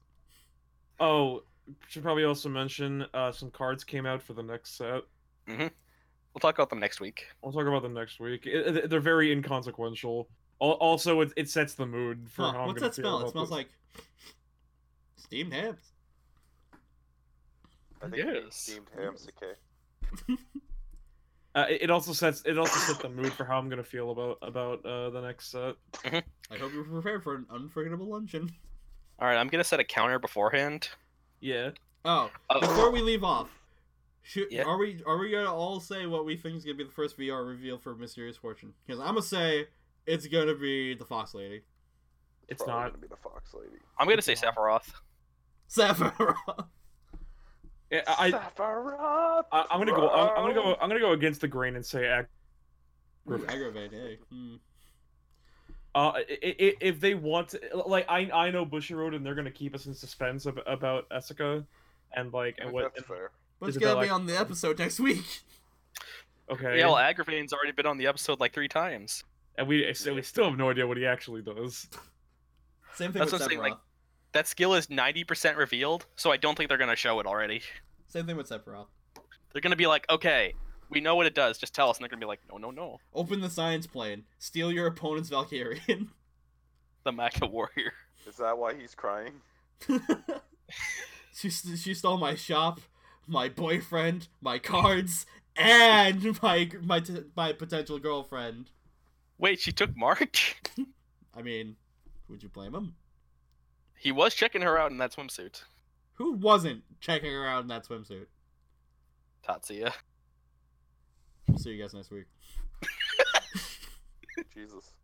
E: Oh, should probably also mention uh, some cards came out for the next set.
A: We'll talk about them next week.
E: We'll talk about them next week. It, it- they're very inconsequential. Al- Also, it, it sets the mood for
D: Huh,
E: how I'm
D: what's
E: gonna
D: that
E: feel
D: smell? It
E: about
D: smells
E: this.
D: like steamed hams.
C: I think
A: Yes.
C: steamed hams, okay.
E: Uh, it it also sets it also sets the mood for how I'm gonna feel about about uh, the next set.
D: I hope you're prepared for an unforgettable luncheon.
A: All right, I'm gonna set a counter beforehand.
E: Yeah.
D: Oh,
A: Oh,
D: before we leave off, should,
A: Yeah.
D: are we are we gonna all say what we think is gonna be the first VR reveal for Mysterious Fortune? Because I'm gonna say it's gonna be the Fox Lady,
E: It's
C: Probably
E: not.
C: gonna be the fox lady.
A: I'm gonna say Sephiroth.
D: Sephiroth.
E: Yeah, I,
C: Sephiroth!
E: I I'm gonna go. I'm, I'm gonna go. I'm gonna go against the grain and say act.
D: Ooh, Aggravate, hey. Hmm.
E: Uh, i- i- i- if they want, to, like I I know Bushiroad and they're gonna keep us in suspense ab- about Essica, and like and what.
C: That's fair.
D: But it's
E: Isabella-
D: gonna be on the episode next week.
E: Okay.
A: Yeah, well, Agravain's already been on the episode like three times.
E: and we so we still have no idea what he actually does.
D: Same thing
A: That's
D: with
A: what I'm
D: Sephiroth.
A: saying, like- That skill is 90% revealed, so I don't think they're gonna show it already.
D: Same thing with Sephiroth.
A: They're gonna be like, okay, we know what it does, just tell us. And they're gonna be like, no, no, no,
D: Open the science plane. Steal your opponent's Valkyrian.
A: the Mecha Warrior.
C: Is that why he's crying?
D: she st- she stole my shop, my boyfriend, my cards, and my my t- my potential girlfriend.
A: Wait, she took Mark?
D: I mean, would you blame him?
A: He was checking her out in that swimsuit,
D: Who wasn't checking her out in that swimsuit?
A: Tatsuya.
D: We'll see you guys next week.
C: Jesus.